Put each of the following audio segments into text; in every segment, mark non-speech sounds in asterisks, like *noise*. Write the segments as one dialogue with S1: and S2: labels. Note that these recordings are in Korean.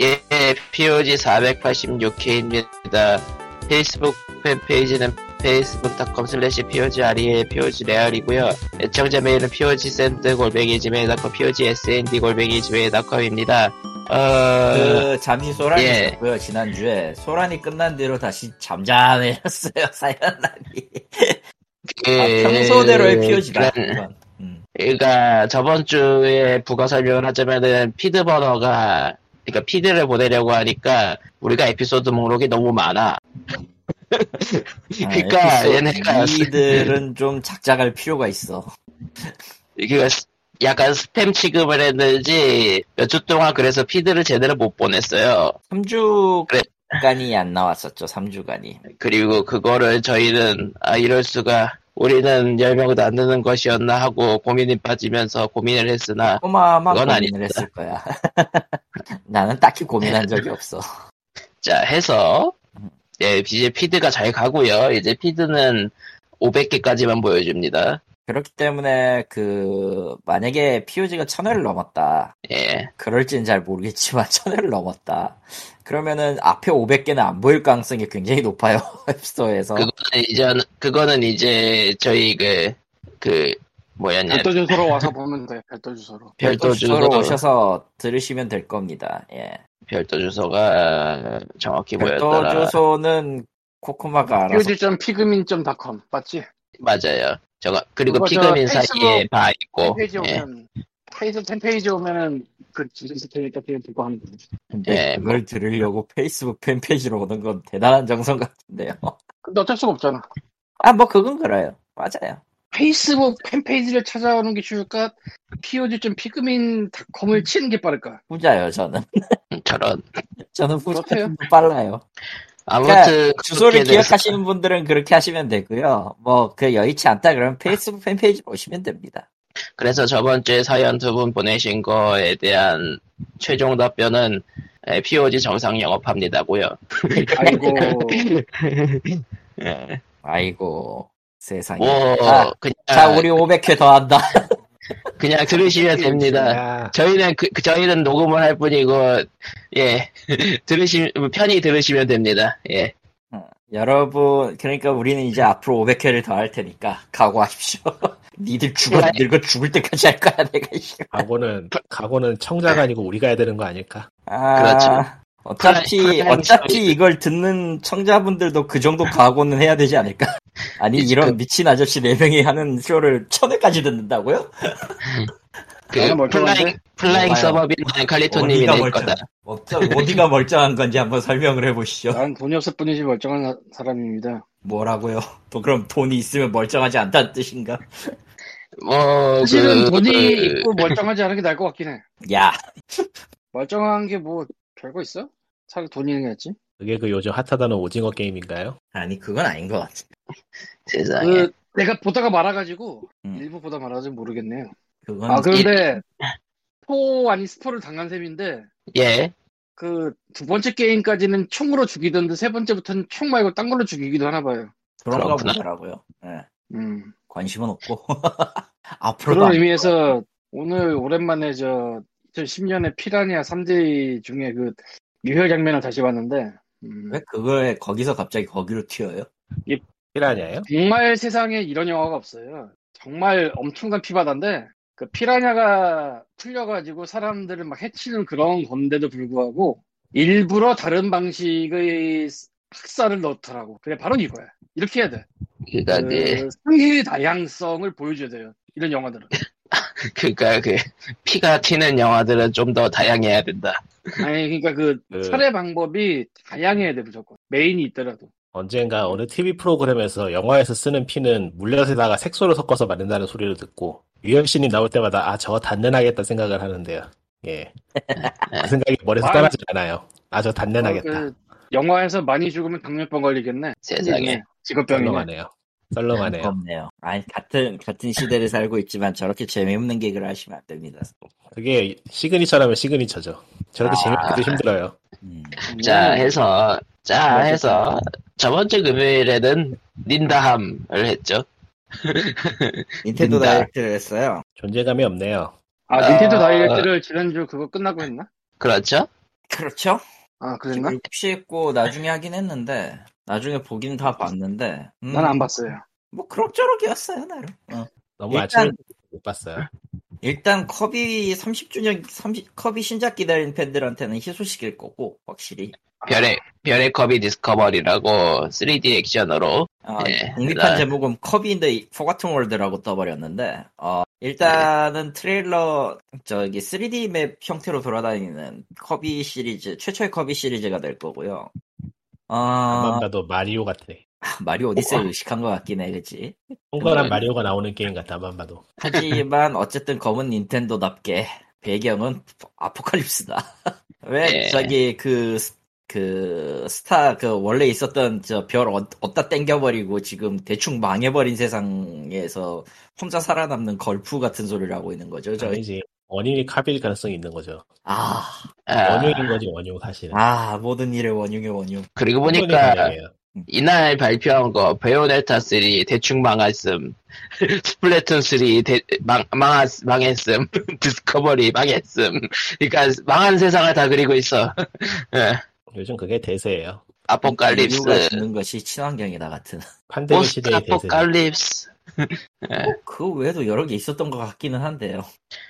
S1: 예, POG 486회입니다. 페이스북 팬페이지는 facebook.com slash POGRE의 POGREAL이고요. 애청자 메일은 POGSEND-골뱅이지메일.com, POGSEND-골뱅이지메일.com입니다. 어,
S2: 그 잠시 소란이
S1: 예.
S2: 있었고요 지난주에 소란이 끝난 뒤로 다시 잠잠해졌어요 *laughs* 사연란이
S1: 그-
S2: 아, 평소대로의 피오지가
S1: 그런-
S2: 음.
S1: 그러니까 저번 주에 부가 설명을 하자면은 피드 번호가 그러니까 피드를 보내려고 하니까 우리가 에피소드 목록이 너무
S2: *laughs*
S1: 많아. 그러니까 얘네가 *laughs*
S2: 이들은 좀 작작할 필요가 있어
S1: 이게 약간 스팸 취급을 했는지 몇 주 동안 그래서 피드를 제대로 못 보냈어요.
S2: 3주간이 안 나왔었죠 3주간이
S1: 그리고 그거를 저희는 아 이럴 수가 우리는 열명도안 되는 것이었나 하고 고민이 빠지면서 고민을 했으나
S2: 꼬마만
S1: 그건
S2: 고민을
S1: 아니다.
S2: 했을 거야 *laughs* 나는 딱히 고민한 적이 없어
S1: 자, 해서, 예, 이제 피드가 잘 가고요. 이제 피드는 500개까지만 보여줍니다.
S2: 그렇기 때문에 그 만약에 POG가 천 회를 넘었다
S1: 예,
S2: 그럴진 잘 모르겠지만 *laughs* 천회를 넘었다. 그러면은 앞에 500개는 안 보일 가능성이 굉장히 높아요. *laughs* 앱스토어에서.
S1: 그거는 이제, 그거는 이제 저희 그, 그, 뭐였냐,
S3: 별도 주소로 와서 보면 돼. 별도 주소로.
S1: 별도
S2: 주소로
S1: 주소,
S2: 네, 오셔서 들으시면 될 겁니다. 예.
S1: 별도 주소가 정확히
S2: 별도
S1: 뭐였더라.
S2: 주소는 코코마가 알아서
S3: 휴지점 피그민점닷컴 맞지?
S1: 맞아요. 저거, 그리고
S3: 그거 저
S1: 피그민
S3: 페이스북 네,
S1: 사이에 바 있고, 예,
S3: 홈페이지 오면 페이스 홈페이지 오면은 그 진짜 재밌다 되게 듣고 하는 거.
S2: 근데
S1: 예,
S2: 그걸 들으려고 페이스북 팬페이지로 오는 건 대단한 정성 같은데요. *laughs*
S3: 근데 어쩔 수가 없잖아.
S2: 아 뭐 그건 그래요. 맞아요.
S3: 페이스북 팬페이지를 찾아오는 게 쉬울까? POG.점 피그민닷컴을 치는 게 빠를까?
S2: 후자요 저는. *laughs*
S1: 저런.
S2: 저는 후자
S3: 그렇대요.
S2: 빨라요.
S1: 아무튼,
S2: 그러니까 주소를
S1: 그렇게 돼서
S2: 기억하시는 분들은 그렇게 하시면 되고요. 뭐 그 여의치 않다 그러면 페이스북 팬페이지로 오시면 됩니다.
S1: 그래서 저번 주에 사연 두 분 보내신 거에 대한 최종 답변은 예, POG 정상 영업합니다고요.
S3: *laughs* 아이고
S1: 예.
S2: 아이고 세상에
S1: 뭐
S2: 자,
S1: 그냥
S2: 자
S1: 네.
S2: 우리 500회 더 한다 *laughs*
S1: 그냥 들으시면 아, 됩니다.
S4: 야,
S1: 저희는 그, 그 저희는 녹음을 할 뿐이고 예 *laughs* 들으시 편히 들으시면 됩니다. 예
S2: 여러분 그러니까 우리는 이제 앞으로 500회를 더 할 테니까 각오하십시오 *laughs* 니들 죽어
S1: 네.
S2: 늙어 죽을 때까지 할 거야 내가 이거
S4: 각오는 각오는 아, 청자가 아니고 우리가 해야 되는 거 아닐까?
S2: 아,
S1: 그렇죠.
S2: 어차피
S1: 프라임
S2: 어차피
S1: 스토리.
S2: 이걸 듣는 청자분들도 그 정도 각오는 해야 되지 않을까 *laughs* 아니
S1: 그렇죠.
S2: 이런 미친 아저씨 4명이 하는 쇼를 천회까지 듣는다고요?
S1: 그
S3: 나는 멀쩡한데?
S1: 플라잉 플라잉
S2: 뭐가요?
S1: 서버비는 칼리토님이 될 거다.
S2: 멀쩡, 어디가 멀쩡한 건지 한번 설명을 해보시죠
S3: 난 돈이 없을 뿐이지 멀쩡한 사- 사람입니다.
S2: 뭐라고요? 또 그럼 돈이 있으면 멀쩡하지 않다는 뜻인가?
S1: 뭐
S3: 사실은
S1: 그,
S3: 돈이
S1: 그,
S3: 있고 멀쩡하지 않은 게 나을 것 같긴 해.
S2: 야
S3: 멀쩡한 게 뭐 별거 있어? 차라리 돈이 있는 게 낫지.
S1: 네.
S4: 그게 그 요즘 핫하다는 오징어 게임인가요?
S2: 아니 그건 아닌 것 같아.
S1: 세상에
S3: 그 내가 보다가 말아가지고
S2: 음.
S3: 일부 보다 말아가지고 모르겠네요.
S2: 그건
S3: 아 그런데 포 아닌 스포를 당한 셈인데
S1: 예
S3: 그 두 번째 게임까지는 총으로 죽이던데 세 번째부터는 총 말고 딴 걸로 죽이기도 하나 봐요.
S2: 그런가
S1: 그렇구나.
S2: 보더라고요. 예.
S3: 음.
S2: 관심은 없고 *laughs* 앞으로도
S3: 그런
S2: 안-
S3: 의미에서 오늘 오랜만에 저 2010년에 피라니아 3D 중에 그 미회 장면을 다시 봤는데 음,
S2: 왜 그걸 거기서 갑자기 거기로 튀어요?
S4: 피라냐예요?
S3: 정말 세상에 이런 영화가 없어요. 정말 엄청난 피바다인데 그 피라냐가 풀려가지고 사람들을 막 해치는 그런 건데도 불구하고 일부러 다른 방식의 학살을 넣더라고. 그래 바로 이거야. 이렇게 해야 돼.
S1: 그니까 그
S3: 그 상해의 다양성을 보여줘야 돼요. 이런 영화들은.
S1: *laughs* 그니까 그 피가 튀는 영화들은 좀 더 다양해야 된다.
S3: 아니
S1: *laughs*
S3: 그러니까 그
S1: 네.
S4: 그
S3: 살해 방법이 다양해야 돼 무조건. 메인이 있더라도.
S4: 언젠가 어느 TV 프로그램에서 영화에서 쓰는 피는 물엿에다가 색소를 섞어서 만든다는 소리를 듣고 유혈신이 나올 때마다 아 저거 단련하겠다 생각을 하는데요. 예. 그 생각이 머리에서
S3: 아.
S4: 떠나지 않아요. 아 저 단련하겠다.
S3: 그 영화에서 많이 죽으면 당뇨병 걸리겠네.
S1: 세상에
S3: 네, 직업병이네.
S4: 썰렁하네요. 썰렁하네요.
S2: 없네요. 아니 같은 같은 시대를 살고 있지만 저렇게 재미없는 개그를 하시면 안 됩니다.
S4: 그게 시그니처라면 시그니처죠. 저렇게
S2: 아.
S4: 재밌기도 힘들어요.
S2: 음.
S3: 네.
S1: 자 해서 자 해서 저번 주 금요일에는 닌다함을 했죠.
S2: 닌텐도
S1: 된다.
S2: 다이렉트를 했어요.
S4: 존재감이 없네요.
S3: 아 닌텐도
S1: 아.
S3: 다이렉트를 지난주 그거 끝나고 했나?
S1: 그렇죠?
S2: 그렇죠?
S3: 아 그랬나?
S2: 지금 푸시했고 나중에 하긴 했는데 나중에 보긴 다 봤는데 음,
S3: 난 안 봤어요.
S2: 뭐 그럭저럭이었어요 나름. 어.
S4: 너무
S2: 일단-
S4: 아침에 못 봤어요.
S2: 일단 컵이 30주년 30 컵이 신작 기다리는 팬들한테는 희소식일 거고 확실히.
S1: 별의, 별의 컵이 디스커버리라고 3D 액션으로
S2: 아,
S1: 예,
S2: 독립한
S1: 나-
S2: 제목은 컵인데 포가튼 월드라고 떠버렸는데 어, 일단은 트레일러 저기 3D 맵 형태로 돌아다니는 컵이 시리즈 최초의 컵이 시리즈가 될 거고요.
S4: 한번 어.
S2: 아
S4: 봐도 마리오 같아.
S2: 마리오 오디세이 의식한 것 같긴 해, 그치?
S4: 동그란
S1: 음.
S4: 마리오가 나오는 게임 같아. 한번 봐도.
S2: 하지만 어쨌든 검은 닌텐도답게 배경은 아포칼립스다. *laughs* 왜
S1: 예.
S2: 저기 그, 스- 그 스타 그 원래 있었던 저 별 어디다 땡겨버리고 지금 대충 망해버린 세상에서 혼자 살아남는 걸프 같은 소리를 하고 있는 거죠. 저희
S4: 아니지. 원인이 카빌 가능성이 있는 거죠.
S2: 아,
S1: 아,
S4: 원흉인 거지 원흉 사실은.
S2: 아 모든 일의 원흉의 원흉.
S1: 그리고
S4: 충분히
S1: 보니까
S4: 가능해요.
S1: 이날 발표한 거 베요네타 3 대충 망했음 *laughs* 스플래툰 3 대, 망, 망, 망했음 *laughs* 디스커버리 망했음 그러니까 망한 세상을 다 그리고 있어
S4: 요즘 그게 대세예요.
S2: 인류가
S1: 아포칼립스
S2: 주는 것이 친환경이다 같은.
S4: 판데믹
S1: 포스트
S4: 시대의 대세.
S1: 아포칼립스
S2: 그 외에도 여러 개 있었던 것 같기는 한데요.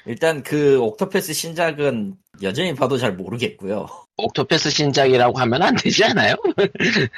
S2: 일단 그 옥토패스 신작은 여전히 봐도 잘 모르겠고요.
S1: 옥토패스 신작이라고 하면 안 되지 않아요? *laughs*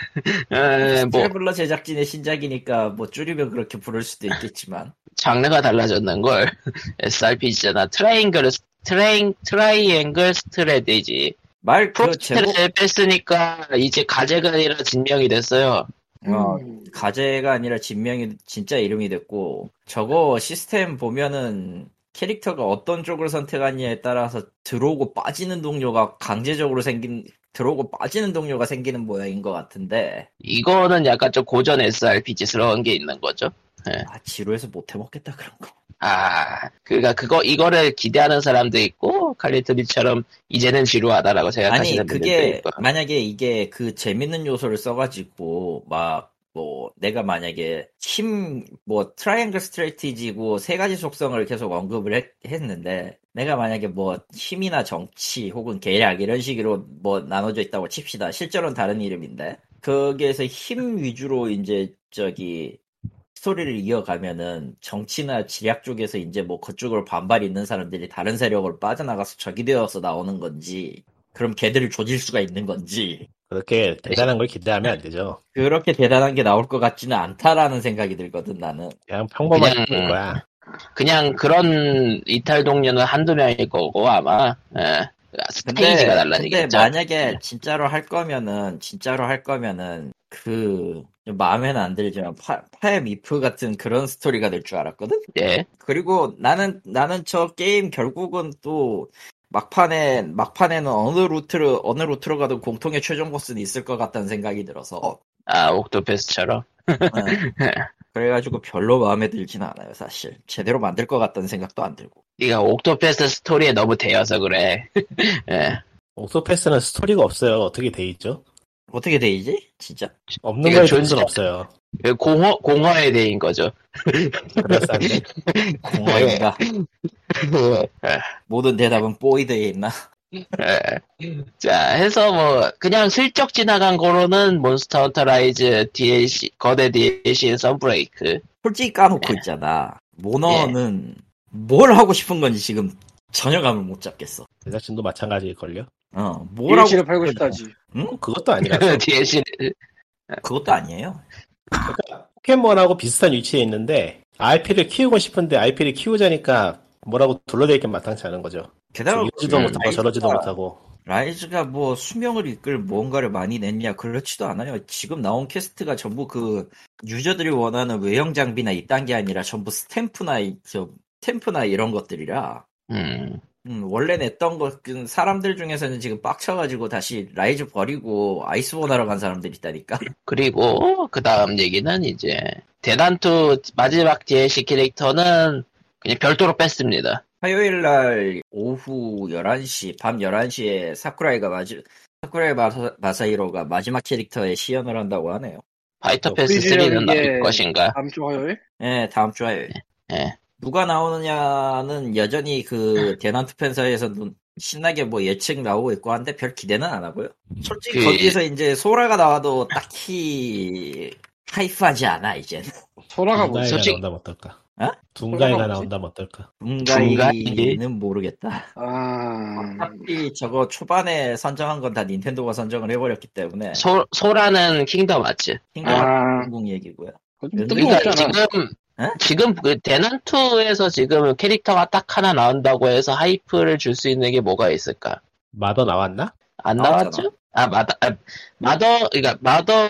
S1: 에, 뭐
S2: 트래블러 제작진의 신작이니까 뭐 줄이면 그렇게 부를 수도 있겠지만
S1: 장르가 달라졌는 걸 *laughs* SRPG잖아. 트라이앵글 스- 트라잉 트라이앵글 스트레디지.
S2: 말 그 제목
S1: 프로스트를 뺐으니까 이제 가제가 아니라 진명이 됐어요.
S2: 어,
S3: 음.
S2: 가제가 아니라 진명이 진짜 이름이 됐고 저거 시스템 보면은 캐릭터가 어떤 쪽을 선택하냐에 따라서 들어오고 빠지는 동료가 강제적으로 생긴 들어오고 빠지는 동료가 생기는 모양인 것 같은데
S1: 이거는 약간 좀 고전 SRPG스러운 게 있는 거죠.
S2: 아 지루해서 못 해먹겠다 그런 거.
S1: 아, 그러니까 그거 이거를 기대하는 사람도 있고 칼리토리처럼 이제는 지루하다라고
S2: 아니
S1: 생각하시는 분들도
S2: 그게
S1: 있고.
S2: 만약에 이게 그 재밌는 요소를 써가지고 막 뭐 내가 만약에 힘 뭐 트라이앵글 스트레티지고 세 가지 속성을 계속 언급을 했, 했는데 내가 만약에 뭐 힘이나 정치 혹은 계략 이런 식으로 뭐 나눠져 있다고 칩시다 실제로는 다른 이름인데 거기에서 힘 위주로 이제 저기 스토리를 이어가면은 정치나 지략 쪽에서 이제 뭐 그쪽으로 반발이 있는 사람들이 다른 세력으로 빠져나가서 적이 되어서 나오는 건지 그럼 걔들을 조질 수가 있는 건지
S4: 그렇게 대단한 걸 기대하면 안 되죠.
S2: 그렇게 대단한 게 나올 것 같지는 않다라는 생각이 들거든 나는
S4: 그냥 평범한
S1: 그냥- 음.
S4: 게임일 거야.
S1: 그냥 그런 이탈 동료는 한두 명일 거고 아마 예.
S2: 근데,
S1: 스테이지가
S2: 근데
S1: 달라지겠죠.
S2: 만약에 진짜로 할 거면은 진짜로 할 거면은 그 마음에는 안 들지만 파, 파의 미프 같은 그런 스토리가 될 줄 알았거든
S1: 예.
S2: 그리고 나는 나는 저 게임 결국은 또 막판에 막판에는 어느 루트를 어느 루트로 가도 공통의 최종 보스는 있을 것 같다는 생각이 들어서
S1: 아 옥토패스처럼.
S2: 네. *laughs* 그래가지고 별로 마음에 들진 않아요 사실 제대로 만들 것 같다는 생각도 안 들고
S1: 네가 옥토패스 스토리에 너무 대여서 그래. *laughs* 예.
S4: 옥토패스는 스토리가 없어요. 어떻게 돼 있죠?
S2: 어떻게 되지 진짜
S4: 없는
S1: 이거
S4: 거에
S1: 존재-
S4: 존재 없어요.
S1: 그 공허 공허에 대인 거죠. *laughs*
S4: 그럴싸한데
S2: 공허인가
S1: 예.
S2: *laughs* 모든 대답은 뽀이드에 있나
S1: 예. 자 해서 뭐 그냥 슬쩍 지나간 거로는 몬스터 헌터 라이즈 DLC 거대 DLC인 선브레이크.
S2: 솔직히 까놓고 있잖아 모너는 뭘 하고 싶은 건지 지금 전혀 감을 못 잡겠어
S4: 제작진도 마찬가지일 걸요.
S2: 어뭘 하고
S3: DLC를 팔고
S2: 싶은 건지.
S3: 싶다지.
S4: 그것도 아니라서
S1: *laughs* DLC
S2: 그것도 아니에요
S4: 포켓몬하고 비슷한 위치에 있는데 IP를 키우고 싶은데 IP를 키우자니까 뭐라고 둘러대기 마땅치 않은 거죠.
S2: 게다가 그
S4: 이러지도
S1: 음.
S4: 못하고
S2: 아,
S4: 저러지도 못하고
S2: 라이즈가 뭐 수명을 이끌 뭔가를 많이 냈냐 그렇지도 않아요. 지금 나온 퀘스트가 전부 그 유저들이 원하는 외형 장비나 이딴 게 아니라 전부 스탬프나 이- 저 스탬프나 이런 것들이라
S1: 음.
S2: 음, 원래 냈던 것그 사람들 중에서는 지금 빡쳐가지고 다시 라이즈 버리고 아이스본 하러 간 사람들 있다니까. *laughs*
S1: 그리고 그 다음 얘기는 이제 대단투 마지막 DLC 캐릭터는 그냥 별도로 뺐습니다.
S2: 화요일 날 오후 11시, 밤 11시에 사쿠라이가 마지, 사쿠라이 마사, 마사히로가 마지막 캐릭터에 시연을 한다고 하네요.
S1: 파이터 패스
S3: 어, 프리즈라는
S1: 3는 나올
S3: 게-
S1: 것인가?
S3: 다음 주 화요일?
S2: 예, 다음 주 화요일.
S1: 예.
S2: 누가 나오느냐는 여전히 그 대난투 팬사에서 신나게 뭐 예측 나오고 있고 한데 별 기대는 안 하고요. 솔직히
S1: 그-
S2: 거기에서 이제 소라가 나와도 딱히 하이프하지 않아 이젠.
S3: 소라가 뭐
S4: 둥가이가
S1: 솔직히-
S4: 나온다면 어떨까?
S2: 어?
S3: 뭐지?
S4: 둥가이가 나온다면 어떨까?
S2: 분가이는 모르겠다.
S3: 아,
S2: 어차피 저거 초반에 선정한 건 다 닌텐도가 선정을 해버렸기 때문에
S1: 소, 소라는 킹덤 맞지?
S2: 킹덤
S3: 아,
S2: 공공 얘기고요.
S3: 그거 좀
S1: 그러니까
S3: 뜬금없잖아.
S1: 지금
S2: 에?
S1: 지금 그 대난투에서 지금 캐릭터가 딱 하나 나온다고 해서 하이프를 줄 수 있는 게 뭐가 있을까?
S4: 마더 나왔나?
S1: 안
S2: 나왔잖아.
S1: 나왔죠? 아 마더 아, 마더 그러니까 마더는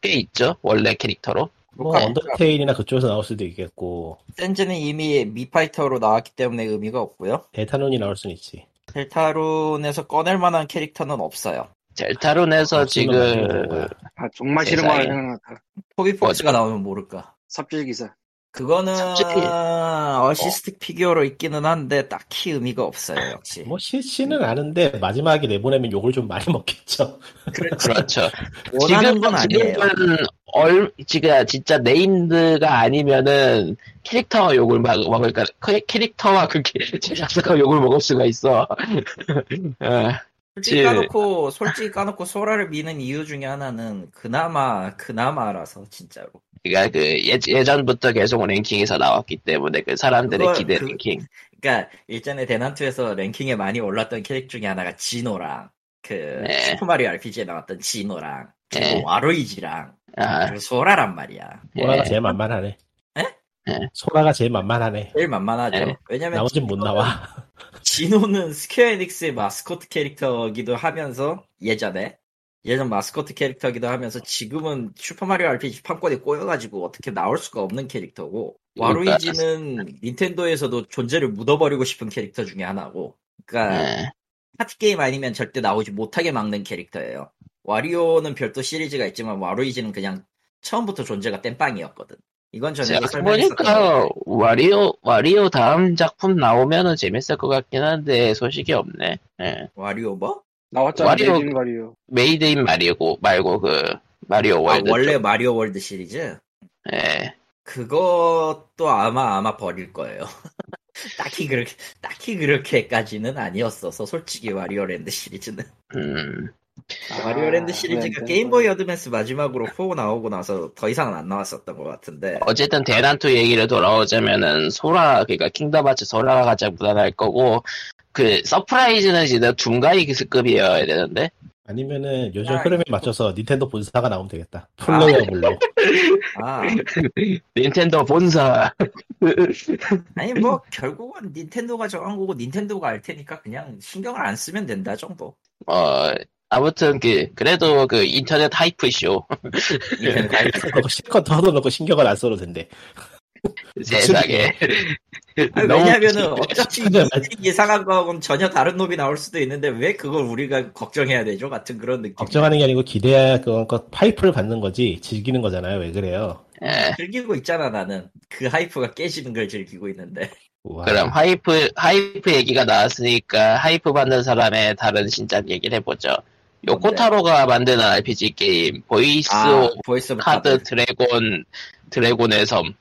S1: 꽤 있죠 원래 캐릭터로
S4: 뭐
S2: 로카-
S4: 언더테일이나 그쪽에서 나올 수도 있겠고
S2: 그러니까 센즈는 이미 미파이터로 나왔기 때문에 의미가 없고요.
S4: 데타논이 나올 수는 있지.
S2: 델타론에서 꺼낼 만한 캐릭터는 없어요. 아,
S1: 델타론에서
S4: 아, 없으면
S1: 지금
S2: 네.
S4: 만들어야
S3: 아, 정말 싫은 거
S1: 세상에.
S3: 생각났다.
S2: 토비 폭스가 나오면 모를까.
S3: 삽질기사.
S2: 그거는
S1: 솔직히-
S2: 어시스틱 피규어로 있기는 한데 딱히 의미가 없어요 역시.
S4: 뭐 싫지는 않은데 마지막에 내보내면 욕을 좀 많이 *laughs* 먹겠죠.
S1: 그렇죠.
S2: 원하는 건 아니에요.
S1: 지금은 얼, 지금 진짜 네임드가 아니면은 캐릭터와 욕을 막 먹을 까 캐릭터와 그 캐- *laughs* 제작사가 욕을 먹을 수가 있어. *laughs* 어,
S2: 솔직히
S1: 예.
S2: 까놓고 솔직히 까놓고 소라를 미는 이유 중에 하나는 그나마 그나마라서 진짜로.
S1: 그러니까 그 예, 예전부터 계속 랭킹에서 나왔기 때문에 그 사람들의
S2: 그걸-
S1: 기대
S2: 그-
S1: 랭킹.
S2: 그러니까 일전에 대난투에서 랭킹에 많이 올랐던 캐릭 중에 하나가 진호랑 그
S1: 네.
S2: 슈퍼마리오 RPG에 나왔던 진호랑 그리고
S1: 네.
S2: 와로이지랑
S1: 아,
S2: 그리고 소라란 말이야.
S4: 소라가
S1: 예.
S4: 제일 만만하네.
S1: 예?
S4: 소라가 제일 만만하네.
S2: 제일 만만하죠.
S1: 네.
S2: 왜냐면
S4: 나머진 못 나와.
S2: 진호는 스퀘어 에닉스의 마스코트 캐릭터기도 하면서 예전에 예전 마스코트 캐릭터기도 하면서 지금은 슈퍼마리오 RPG 판권에 꼬여가지고 어떻게 나올 수가 없는 캐릭터고
S1: 그러니까-
S2: 와루이지는 닌텐도에서도 존재를 묻어버리고 싶은 캐릭터 중에 하나고 그러니까
S1: 예.
S2: 파티 게임 아니면 절대 나오지 못하게 막는 캐릭터예요. 와리오는 별도 시리즈가 있지만 와루이지는 그냥 처음부터 존재가 땜빵이었거든. 이건 전에
S1: 제가
S2: 설명했었던
S1: 보니까 그러니까 와리오 와리오 다음 작품 나오면은 재밌을 것 같긴 한데 소식이 없네. 예.
S2: 와리오 뭐?
S3: 나왔잖아,
S1: 와리오-
S3: 메이징 와리오.
S1: 메이드인 마리오고 말고 그 마리오
S2: 아,
S1: 월드.
S2: 원래
S1: 쪽.
S2: 마리오 월드 시리즈?
S1: 예.
S2: 그것도 아마 아마 버릴 거예요. *laughs* 딱히 그렇게 딱히 그렇게까지는 아니었어서 솔직히 와리어랜드 시리즈는
S1: 음.
S2: 와리어랜드
S3: 아,
S2: 시리즈가
S3: 네, 네.
S2: 게임보이 어드밴스 마지막으로 4 나오고 나서 더 이상은 안 나왔었던 것 같은데
S1: 어쨌든 대난투 얘기를 돌아오자면은 소라 그러니까 킹덤 아츠 소라가 가장 무난할 거고 그 서프라이즈는 진짜 둠가이 기스급이어야 되는데
S4: *laughs* 아니면은 요즘
S2: 아,
S4: 흐름에 맞춰서 닌텐도 본사가 나오면 되겠다. 플레이어 물로.
S2: 아
S1: 닌텐도 본사 *laughs*
S2: 아니 뭐 결국은 닌텐도가 정한 거고 닌텐도가 알 테니까 그냥 신경을 안 쓰면 된다 정도
S1: 어 아무튼 그 그래도 그 인터넷 하이프
S2: *laughs*
S1: 쇼
S2: 닌텐도가 알
S3: *laughs*
S2: 테니까.
S4: 그거 실컷 터놓고 신경을 안 써도 된대.
S1: 세상에
S2: 아니,
S1: 너무
S2: 왜냐면은 어차피
S4: 진짜
S2: 예상한 거하고는 전혀 다른 놈이 나올 수도 있는데 왜 그걸 우리가 걱정해야 되죠 같은 그런 느낌
S4: 걱정하는 게 아니고 기대야 그건 거- 파이프를 받는 거지 즐기는 거잖아요. 왜 그래요?
S1: 예,
S2: 즐기고 있잖아 나는 그 하이프가 깨지는 걸 즐기고 있는데
S4: 우와. 뭐,
S1: 그럼 하이프 하이프 얘기가 나왔으니까 하이프 받는 사람의 다른 신작 얘기를 해보죠 요코타로가 만드는 RPG 게임 보이스
S2: 아 보이스 오브
S1: 카드
S2: 카드
S1: 드래곤 드래곤의 섬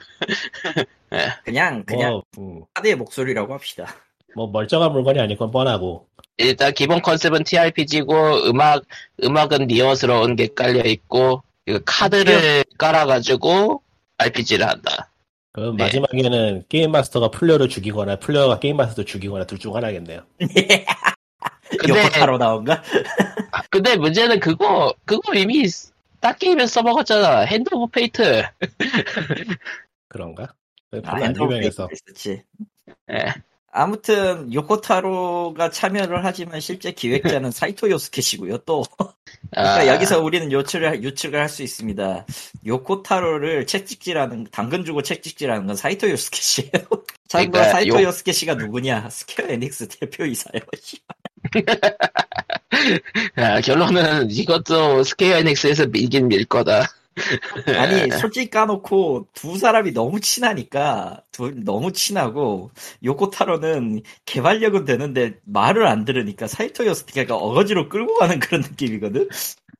S2: 그냥 그냥
S4: 뭐, 음,
S2: 카드의 목소리라고 합시다
S4: 뭐 멀쩡한 물건이 아닐 건 뻔하고
S1: 일단 기본 컨셉은 TRPG고 음악 음악은 니어스러운 게 깔려 있고 그 카드를 깔아가지고 RPG를 한다.
S4: 그럼
S1: 네.
S4: 마지막에는 게임 마스터가 플레이어를 죽이거나 플레이어가 게임 마스터를 죽이거나 둘 중 하나겠네요.
S1: 근데
S2: 요코타로 나온가?
S1: 근데 문제는 그거 그거 이미 딱 게임에 써먹었잖아. 핸드 오브 페이트.
S4: 그런가? 별로
S2: 아,
S4: 안 유명해서
S2: 있었지
S1: 예.
S2: 아무튼 요코타로가 참여를 하지만 실제
S1: *laughs*
S2: 기획자는 사이토 요스케시고요 또 그러니까
S1: 아,
S2: 여기서 우리는 요출을 유측을 할 수 있습니다. 요코타로를 책찍질하는 당근 주고 책찍질하는 건 사이토 요스케 씨예요. *laughs* 참고로
S1: 그러니까
S2: 사이토
S1: 요-
S2: 요스케 씨가 누구냐? 스퀘어 에닉스 대표 이사예요. 씨.
S1: 아, 결론은 이것도 스퀘어 엔엑스에서 밀긴 밀 거다. 예,
S2: 아니 솔직히 까놓고 두 사람이 너무 친하니까 둘 너무 친하고 요코타로는 개발력은 되는데 말을 안 들으니까 사이토 요스케가 어거지로 끌고 가는 그런 느낌이거든.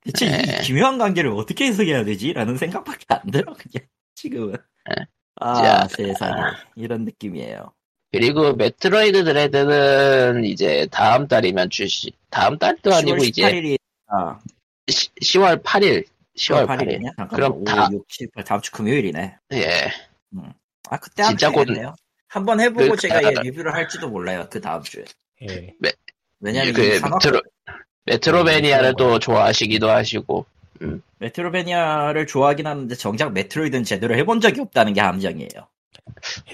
S2: 대체
S1: 네.
S2: 이 기묘한 관계를 어떻게 해석해야 되지?라는 생각밖에 안 들어 그냥 지금은. 아
S1: 예. 자,
S2: 세상에 이런 느낌이에요.
S1: 그리고 메트로이드 드레드는 이제 다음 달이면 출시, 다음 달도 아니고
S2: 10월
S1: 이제
S2: 18일이 아,
S1: 10월 8일, 10월 8일.
S2: 18일이냐? 잠깐만.
S1: 그럼
S2: 5,
S1: 다-
S2: 6, 7, 8 다음 주 금요일이네.
S1: 예.
S2: 아 그때 하면
S1: 진짜 곧-
S2: 되겠네요. 한번 해보고
S1: 그-
S2: 제가 얘 리뷰를 할지도 몰라요. 그 다음 주에.
S4: 예.
S2: 왜냐면
S1: 그
S2: 이미 산업 음.
S1: 메트로, 메트로베니아를 또 좋아하시기도 하시고,
S2: 메트로베니아를 좋아하긴 하는데 정작 메트로이드는 제대로 해본 적이 없다는 게 함정이에요.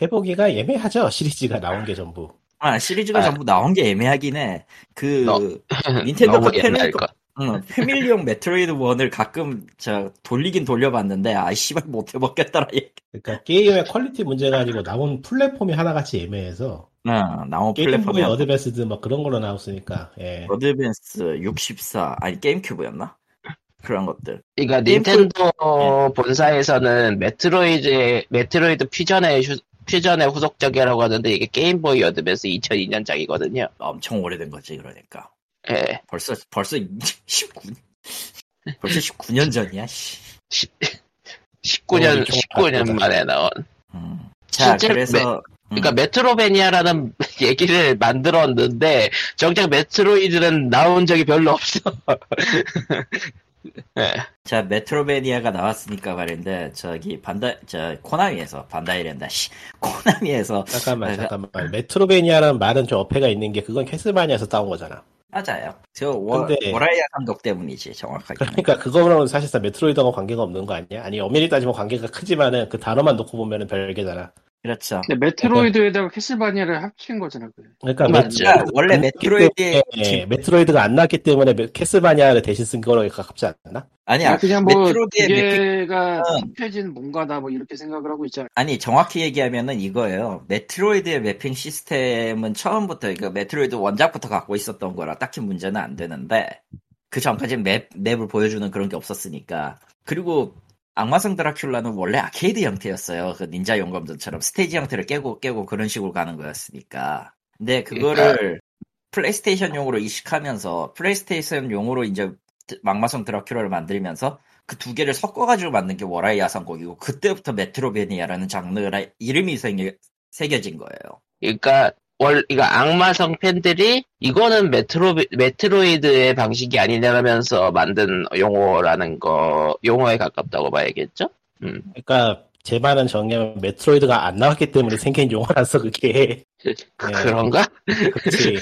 S4: 해보기가 예매하죠 시리즈가 나온 게 전부.
S2: 아 시리즈가
S1: 아.
S2: 전부 나온 게 애매하긴 해. 그
S1: *laughs*
S2: 닌텐도
S1: 너무
S2: 그
S1: 옛날
S2: 패밀리
S1: 거.
S2: 응, 패밀리용 메트로이드 1을 가끔 저 돌리긴 돌려봤는데 아이 씨발 못 해먹겠더라 얘.
S4: 그러니까 게임의 퀄리티 문제가 아니고 나온 플랫폼이 하나같이 예매해서
S2: 응, 나온
S4: 게임보이
S2: 플랫폼이
S4: 어드밴스드 막 그런 걸로 나왔으니까 예.
S2: 아, 어드밴스 64 아니 게임큐브였나? 그런 것들.
S1: 그러니까
S2: 게임플-
S1: 닌텐도 본사에서는 메트로이드 메트로이드 퓨전의 휴- 퓨전의 후속작이라고 하는데 이게 게임보이 어드밴스 2002년작이거든요.
S2: 엄청 오래된 거지 그러니까.
S1: 예,
S2: 벌써 벌써 *laughs* 19 벌써 19년 전이야. 씨.
S1: 19년
S4: 어, 이거
S1: 19년
S4: 정말
S1: 만에 나온.
S2: 음. 자
S1: 실제로
S2: 그래서 음.
S1: 그러니까 메트로베니아라는 *laughs* 얘기를 만들었는데 정작 메트로이드는 나온 적이 별로 없어. *laughs* 예.
S2: 자, 메트로베니아가 나왔으니까 말인데, 저기, 반다, 저, 코나미에서, 반다이랜다, 씨. 코나미에서,
S4: 잠깐만
S2: 내가-
S4: 잠깐만 메트로베니아라는 말은 좀 어폐가 있는 게 그건 캐슬바니아에서 따온 거잖아.
S2: 맞아요. 저, 워,
S4: 근데-
S2: 워라이아 감독 때문이지, 정확하게.
S4: 그러니까 그거랑은 사실상 메트로이드하고 관계가 없는 거 아니야? 아니 엄밀히 따지면 관계가 크지만은 그 단어만 놓고 보면은 별개잖아.
S2: 그렇죠.
S3: 근데 메트로이드에다가 캐슬바니아를 합친 거잖아. 그게.
S4: 그러니까
S1: 맞죠.
S2: 그러니까 원래
S4: 그렇기
S2: 메트로이드의,
S4: 예, 메트로이드가 안 나왔기 때문에 메- 캐슬바니아를 대신 쓴 거로 가깝지 않나?
S2: 아니야, 아.
S3: 그냥 뭐
S2: 메트로드의
S3: 기계가
S2: 맵핑은-
S3: 합해진 뭔가다 뭐 이렇게 생각을 하고 있잖아.
S2: 아니, 정확히 얘기하면은 이거예요. 메트로이드의 매핑 시스템은 처음부터, 그러니까 메트로이드 원작부터 갖고 있었던 거라 딱히 문제는 안 되는데, 그 전까지는 맵, 맵을 보여주는 그런 게 없었으니까. 그리고, 악마성 드라큘라는 원래 아케이드 형태였어요. 그 닌자 용검전처럼 스테이지 형태를 깨고 깨고 그런 식으로 가는 거였으니까. 근데 그거를 플레이스테이션용으로 이식하면서, 플레이스테이션용으로 이제 막마성 드라큘라를 만들면서 그 두 개를 섞어가지고 만든 게 워라이 야상곡이고 그때부터 메트로베니아라는 장르라 이름이 생겨, 새겨진 거예요.
S1: 그러니까 월 이거 악마성 팬들이 이거는 메트로 메트로이드의 방식이 아니냐면서 만든 용어라는 거 용어에 가깝다고 봐야겠죠? *laughs*
S4: 그러니까 제 말은 정리하면 메트로이드가 안 나왔기 때문에 생긴 용어라서 그게
S1: 그-
S4: 네.
S1: 그런가?
S4: 그렇지.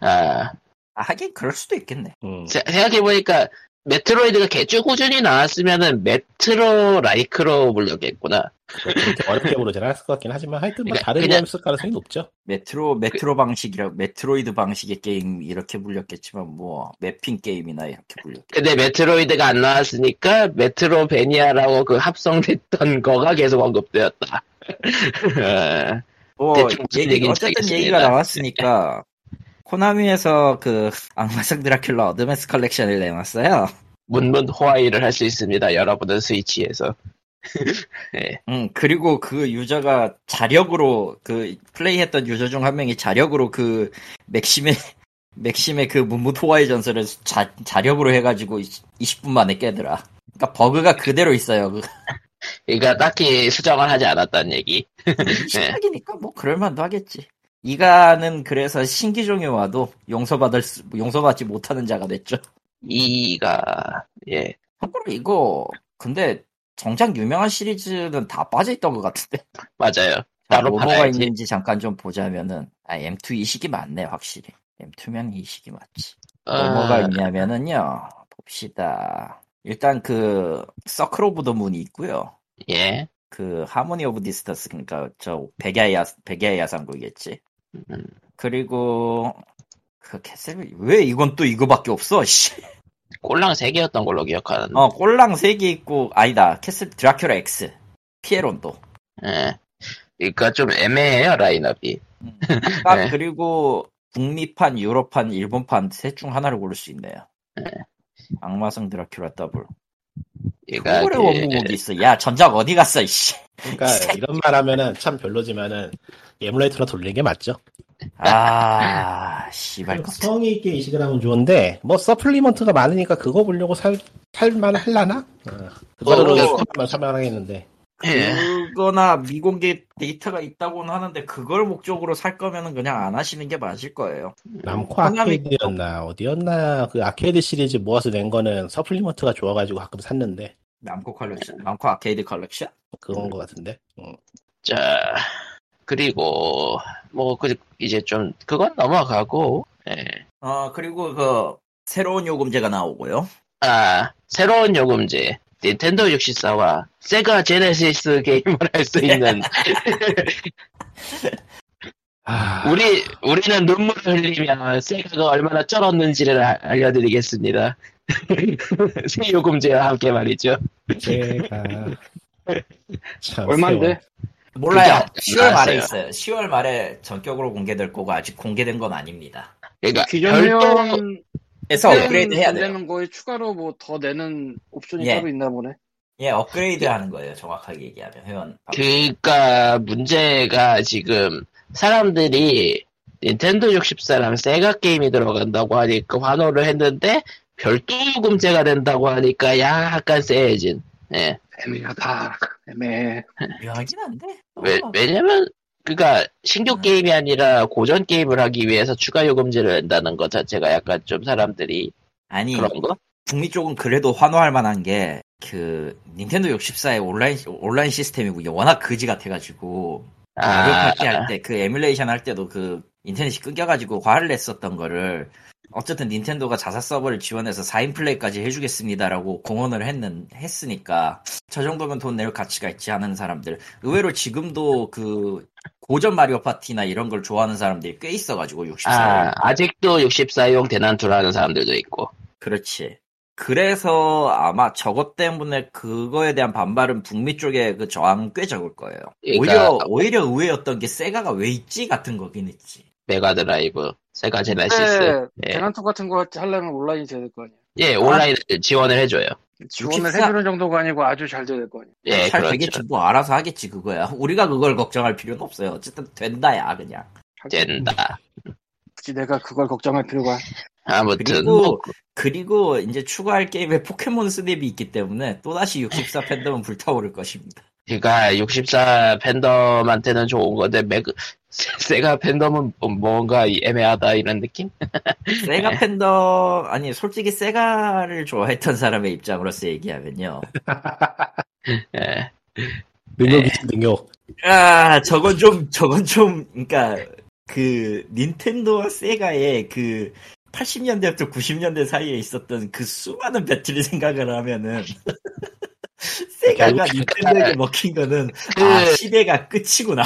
S1: 아.
S2: 아, 하긴 그럴 수도 있겠네.
S4: 음.
S1: 생각해보니까 메트로이드가 개쭉 꾸준히 나왔으면은 메트로 라이크로 불렸겠구나.
S4: 뭐 그렇게 어렵게 부르진 않았을 것 같긴 하지만 하여튼 뭐
S1: 그러니까
S4: 다른
S1: 그냥-
S4: 이름 쓸 가능성이 높죠.
S2: 메트로 메트로 방식이라 메트로이드 방식의 게임 이렇게 불렸겠지만 뭐 맵핑 게임이나 이렇게 불렸.
S1: 근데 메트로이드가 안 나왔으니까 메트로베니아라고 그 합성됐던 거가 계속 언급되었다. *laughs* 어,
S2: 뭐
S1: 대충 무슨
S2: 얘기,
S1: 얘기인지
S2: 어쨌든
S1: 알겠습니다.
S2: 얘기가 나왔으니까 코나미에서 그 악마성 드라큘라 어드밴스 컬렉션을 내놨어요.
S1: 문문 호화이를 할 수 있습니다. 여러분은 스위치에서.
S2: 음, 그리고 그 유저가 자력으로 그 플레이했던 유저 중 한 명이 자력으로 그 맥심의 *laughs* 맥심의 그 문무토와의 전설을 자, 자력으로 해가지고 20, 분 만에 깨더라. 그러니까 버그가 그대로 있어요. 그
S1: 그러니까 딱히 수정을 하지 않았다는 얘기.
S2: *laughs* 시작이니까 뭐 그럴만도 하겠지. 이가는 그래서 신기종이 와도 용서받을 수- 용서받지 못하는 자가 됐죠.
S1: 이가 예
S2: 참고로 이거 근데 정작 유명한 시리즈는 다 빠져있던 것 같은데.
S1: *laughs* 맞아요.
S2: 자,
S1: 따로
S2: 뭐가
S1: 팔아야지.
S2: 있는지 잠깐 좀 보자면은 아 M2 이식이 맞네 확실히 M2면 이식이 맞지 뭐가
S1: 아,
S2: 있냐면은요 봅시다 일단 그 서클 오브 더 문이 있고요
S1: 예
S2: 그 하모니 오브 디스턴스 그러니까 저 백야의 야 백야의 야상국이겠지
S1: 음.
S2: 그리고 그 캐슬 왜 이건 또 이거밖에 없어 씨.
S1: 꼴랑 세 개였던 걸로 기억하는데.
S2: 어 꼴랑 세 개 있고 아니다 캐슬 드라큘라 X 피에론도
S1: 예. 그러니까 좀 애매해요 라인업이.
S2: 아,
S1: 네.
S2: 그리고 북미판, 유럽판, 일본판 셋 중 하나를 고를 수 있네요. 악마성 드라큘라 더블.
S1: 그러니까
S2: 초월의
S1: 그-
S2: 원무목이 있어. 야, 전작 어디 갔어, 이씨.
S4: 그러니까 이런 말 하면은 참 별로지만은 에뮬레이터로 돌리는 게 맞죠.
S2: 아, 씨발.
S4: 성의 있게 이식을 하면 좋은데 뭐 서플리먼트가 많으니까 그거 보려고 살 살만 할라나? 어, 그거로
S1: 어,
S4: 만 사면 하겠는데
S1: 예.
S2: 그거나 미공개 데이터가 있다고는 하는데 그걸 목적으로 살 거면은 그냥 안 하시는 게 맞을 거예요.
S4: 남코
S2: 하나미-
S4: 아케이드였나 어디였나 그 아케이드 시리즈 모아서 낸 거는 서플리먼트가 좋아가지고 가끔 샀는데
S2: 남코 컬렉션, 남코 아케이드 컬렉션.
S4: 그건 것 같은데 음.
S1: 자, 그리고, 뭐, 그, 이제 좀, 그건 넘어가고, 예.
S2: 어 그리고 그 새로운 요금제가 나오고요.
S1: 아, 새로운 요금제. 닌텐도 64와 세가 제네시스 게임을 할 수
S2: *laughs*
S1: 있는
S4: 아,
S1: 우리 우리는 눈물을 흘리며 세가가 얼마나 쩔었는지를 아- 알려드리겠습니다. *laughs* 새 요금제와 함께 말이죠.
S4: 제가 참
S3: 얼만데?
S2: 몰라요.
S1: 그게
S2: 10월 말에
S1: 나왔어요.
S2: 있어요. 10월 말에 전격으로 공개될 거고 아직 공개된 건 아닙니다.
S1: 그러니까 별도
S3: 기존
S2: 그래서 업그레이드 해야 돼요.
S3: 되는 거에 추가로 뭐 더 내는 옵션이
S2: 예.
S3: 따로 있나 보네.
S2: 예, 업그레이드 하는 거예요. 정확하게 얘기하면 회원.
S1: 그러니까 문제가 지금 사람들이 닌텐도 64랑 세가 게임이 들어간다고 하니까 환호를 했는데 별도 요금제가 된다고 하니까 약간 세해진. 예.
S3: 애매하다. *laughs* 애매해.
S2: 아, 묘하긴 한데.
S1: 왜,
S2: 어,
S1: 왜냐면, 그니까, 신규 게임이 아니라 고전 게임을 하기 위해서 추가 요금제를 낸다는 것 자체가 약간 좀 사람들이
S2: 아니
S1: 그런 거?
S2: 북미 쪽은 그래도 환호할 만한 게 그 닌텐도 64의 온라인 온라인 시스템이 워낙 그지 같아가지고 마리오
S1: 아,
S2: 파티 할 때 그 에뮬레이션 할 때도 그 인터넷이 끊겨가지고 화를 냈었던 거를 어쨌든 닌텐도가 자사 서버를 지원해서 4인 플레이까지 해주겠습니다라고 공언을 했는 했으니까 저 정도면 돈 낼 가치가 있지 하는 사람들 의외로 지금도 그 고전 마리오 파티나 이런 걸 좋아하는 사람들이 꽤 있어가지고 64.
S1: 아, 아직도 64용 대난투라는 사람들도 있고.
S2: 그렇지. 그래서 아마 저것 때문에 그거에 대한 반발은 북미 쪽의 그 저항은 꽤 적을 거예요.
S1: 그러니까-
S2: 오히려 오히려 의외였던 게 세가가 왜 있지 같은 거긴 했지.
S1: 메가드라이브, 세가 제네시스.
S3: 근데
S1: 예.
S3: 대난투 같은 거 하려면 온라인이 돼야 될 거 아니야.
S1: 예, 온라인 지원을 해줘요.
S3: 지원을
S2: 64
S3: 해주는 정도가 아니고 아주 잘 돼야 될 거 아니야.
S1: 예,
S2: 잘
S1: 그렇죠.
S2: 되겠지. 뭐 알아서 하겠지 그거야. *laughs* 우리가 그걸 걱정할 필요는 없어요. 어쨌든 된다야 그냥.
S1: 된다.
S2: 음.
S3: 굳이 내가 그걸 걱정할 필요가
S1: 아, 아무튼,
S2: 그리고 그리고 이제 추가할 게임에 포켓몬 스냅이 있기 때문에 또다시 64 팬덤은 불타오를
S1: *laughs*
S2: 것입니다.
S1: 그니까, 64 그러니까 팬덤한테는 좋은 건데, 메그, *laughs* 세가 팬덤은 뭔가 애매하다, 이런 느낌?
S2: 세가
S1: 네.
S2: 팬덤 아니 솔직히 세가를 좋아했던 사람의 입장으로서 얘기하면요.
S1: 예.
S4: 능력이지 능력
S2: 아, 저건 좀, 저건 좀, 그니까, 그, 닌텐도와 세가의 그, 80년대부터 90년대 사이에 있었던 그 수많은 배틀이 생각을 하면은, *laughs* 세가가
S4: 결국
S2: *laughs* 닌텐도에게 먹힌 거는, 아,
S1: 그-
S2: 시대가 끝이구나.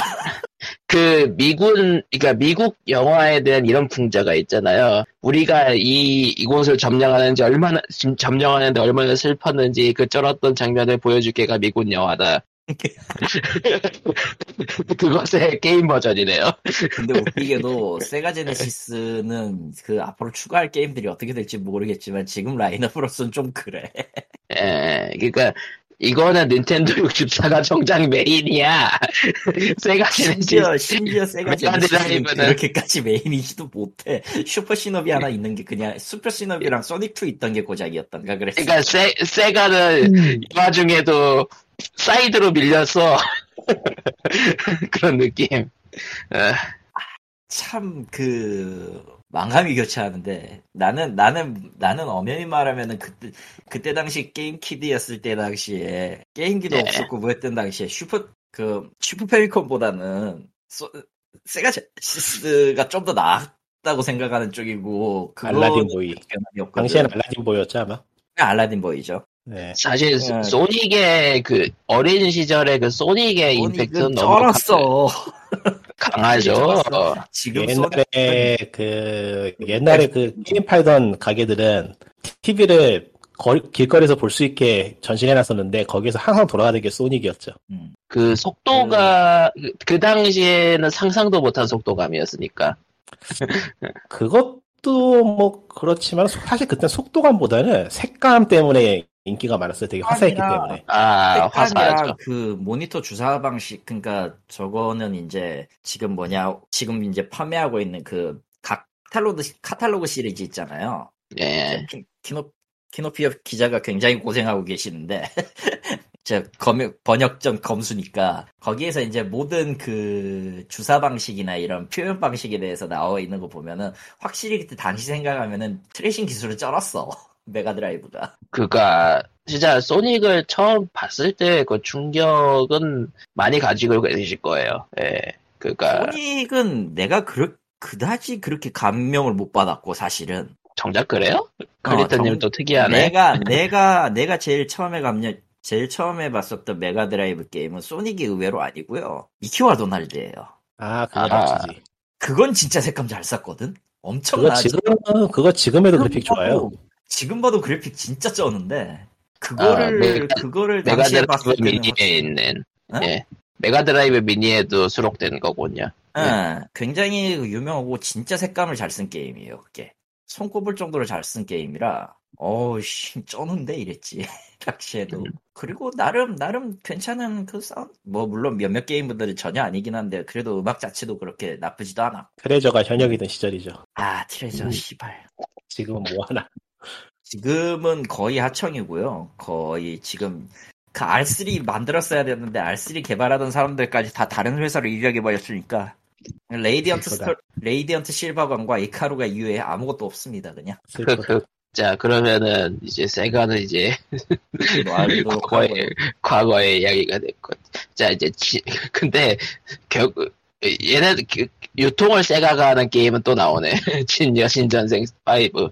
S1: 그 미군 그러니까 미국 영화에 대한 이런 풍자가 있잖아요. 우리가 이 이곳을 점령하는지 얼마나 지금 점령하는데 얼마나 슬펐는지 그 쩔었던 장면을 보여줄 게가 미군 영화다. *laughs* 그것의 게임 버전이네요.
S2: 근데 *laughs* 웃기게도, 세가 제네시스는 그 앞으로 추가할 게임들이 어떻게 될지 모르겠지만, 지금 라인업으로서는 좀 그래.
S1: 예, 그러니까 이거는 닌텐도 64가 정작 메인이야. *laughs* 세가 제네시스
S2: 심지어, 심지어 세가
S1: 메가
S2: 제네시스는
S1: 그 그러니까 드라이브는-
S2: 그렇게까지 메인이지도 못해. 슈퍼 시너비 하나 있는 게 그냥 슈퍼 시너비랑 소닉2 있던 게 고작이었던가 그랬어.
S1: 그러니까 세, 세가는
S2: 음.
S1: 이 와중에도 사이드로 밀려서 *laughs* 그런 느낌. 어.
S2: 참, 그, 망감이 교차하는데, 나는, 나는, 나는 엄연히 말하면은 그때, 그때 당시 게임 키드였을 때 당시에, 게임기도
S1: 네.
S2: 없었고 뭐 했던 당시에 슈퍼, 그, 슈퍼 페미콘보다는, 소- 세가 제시스가 좀 더 나았다고 생각하는 쪽이고, 그거는
S4: 알라딘 보이.
S2: 변함이 없거든.
S4: 당시에는 알라딘 보였죠 아마
S2: 알라딘 보이죠.
S4: 네.
S1: 사실
S2: 예.
S1: 소닉의 그 어린 시절의 그 소닉의 임팩트는 너무
S2: 쩔었어.
S1: 강하죠.
S2: 쩔었어. *laughs* 지금 소니
S4: 옛날에 그 옛날에 그 게임 팔던 가게들은 TV를 길거리에서 볼 수 있게 전신해놨었는데 거기에서 항상 돌아가는 게 소닉이었죠.
S2: 음.
S1: 그 속도가 그- 그 당시에는 상상도 못한 속도감이었으니까.
S4: 그것도 뭐 그렇지만 소- 사실 그때 속도감보다는 색감 때문에 인기가 많았어요. 되게 화사했기
S2: 아니라.
S4: 때문에.
S1: 아 화사하죠.
S2: 색깔이랑 그 모니터 주사 방식 그러니까 저거는 이제 지금 뭐냐 지금 이제 판매하고 있는 그 각 카탈로그 카탈로그 시리즈 있잖아요.
S1: 예.
S2: *laughs* 키- 키노 키노피아 기자가 굉장히 고생하고 계시는데 즉 검역- 번역점 검수니까 거기에서 이제 모든 그 주사 방식이나 이런 표현 방식에 대해서 나와 있는 거 보면은 확실히 그때 당시 생각하면은 트레이싱 기술을 쩔었어 *laughs* 메가드라이브가
S1: 그가 진짜 소닉을 처음 봤을 때 그 충격은 많이 가지고 계실 거예요. 예. 그니까
S2: 소닉은 내가 그렇 그다지 그렇게 감명을 못 받았고 사실은
S1: 정작 그래요? 클리터님
S2: 어, 정-
S1: 또 특이하네.
S2: 내가 내가 내가 제일 처음에 감력 제일 처음에 봤었던 메가 드라이브 게임은 소닉이 의외로 아니고요 미키와 도날드예요.
S4: 아, 그거
S1: 아.
S4: 맞지.
S2: 그건 진짜 색감 잘 쌌거든.
S4: 그거
S2: 엄청나.
S4: 지금 그거 지금에도 그래픽
S2: 뭐.
S4: 좋아요.
S2: 지금 봐도 그래픽 진짜 쩌는데
S1: 아,
S2: 그거를
S1: 메가-
S2: 그거를 당시에
S1: 메가드라이브
S2: 봤을 때는
S1: 미니에 있는
S2: 어?
S1: 예. 메가드라이브 미니에도 수록된 거군요.
S2: 예, 굉장히 유명하고 진짜 색감을 잘 쓴 게임이에요. 그게 손꼽을 정도로 잘 쓴 게임이라 어우씨 쩌는데 이랬지 *laughs* 당시에도
S1: 음.
S2: 그리고 나름 나름 괜찮은 그 사운드 뭐 물론 몇몇 게임들은 전혀 아니긴 한데 그래도 음악 자체도 그렇게 나쁘지도 않아.
S4: 트레저가 현역이던 시절이죠.
S2: 아 트레저
S1: 음.
S2: 씨발.
S4: 지금은 뭐 하나.
S2: 지금은 거의 하청이고요. 거의 지금 그 R3 만들었어야 됐는데 R3 개발하던 사람들까지 다 다른 회사로 이력해 버렸으니까 레이디언트
S4: 슬프다.
S2: 스토 레이디언트 실버건과 이카루가 이후에 아무것도 없습니다. 그냥
S1: 그,
S4: 슬프다.
S1: 그,
S2: 그렇죠.
S1: *laughs* 자 그러면은 이제 세가는 이제 *laughs*
S2: 그 노아리도
S1: 과거의
S2: 하고.
S1: 과거의 이야기가 됐고 자 이제 지- *laughs* 근데 결국 얘네 그- 유통을 세가가 하는 게임은 또 나오네 *laughs* 진여신전생 5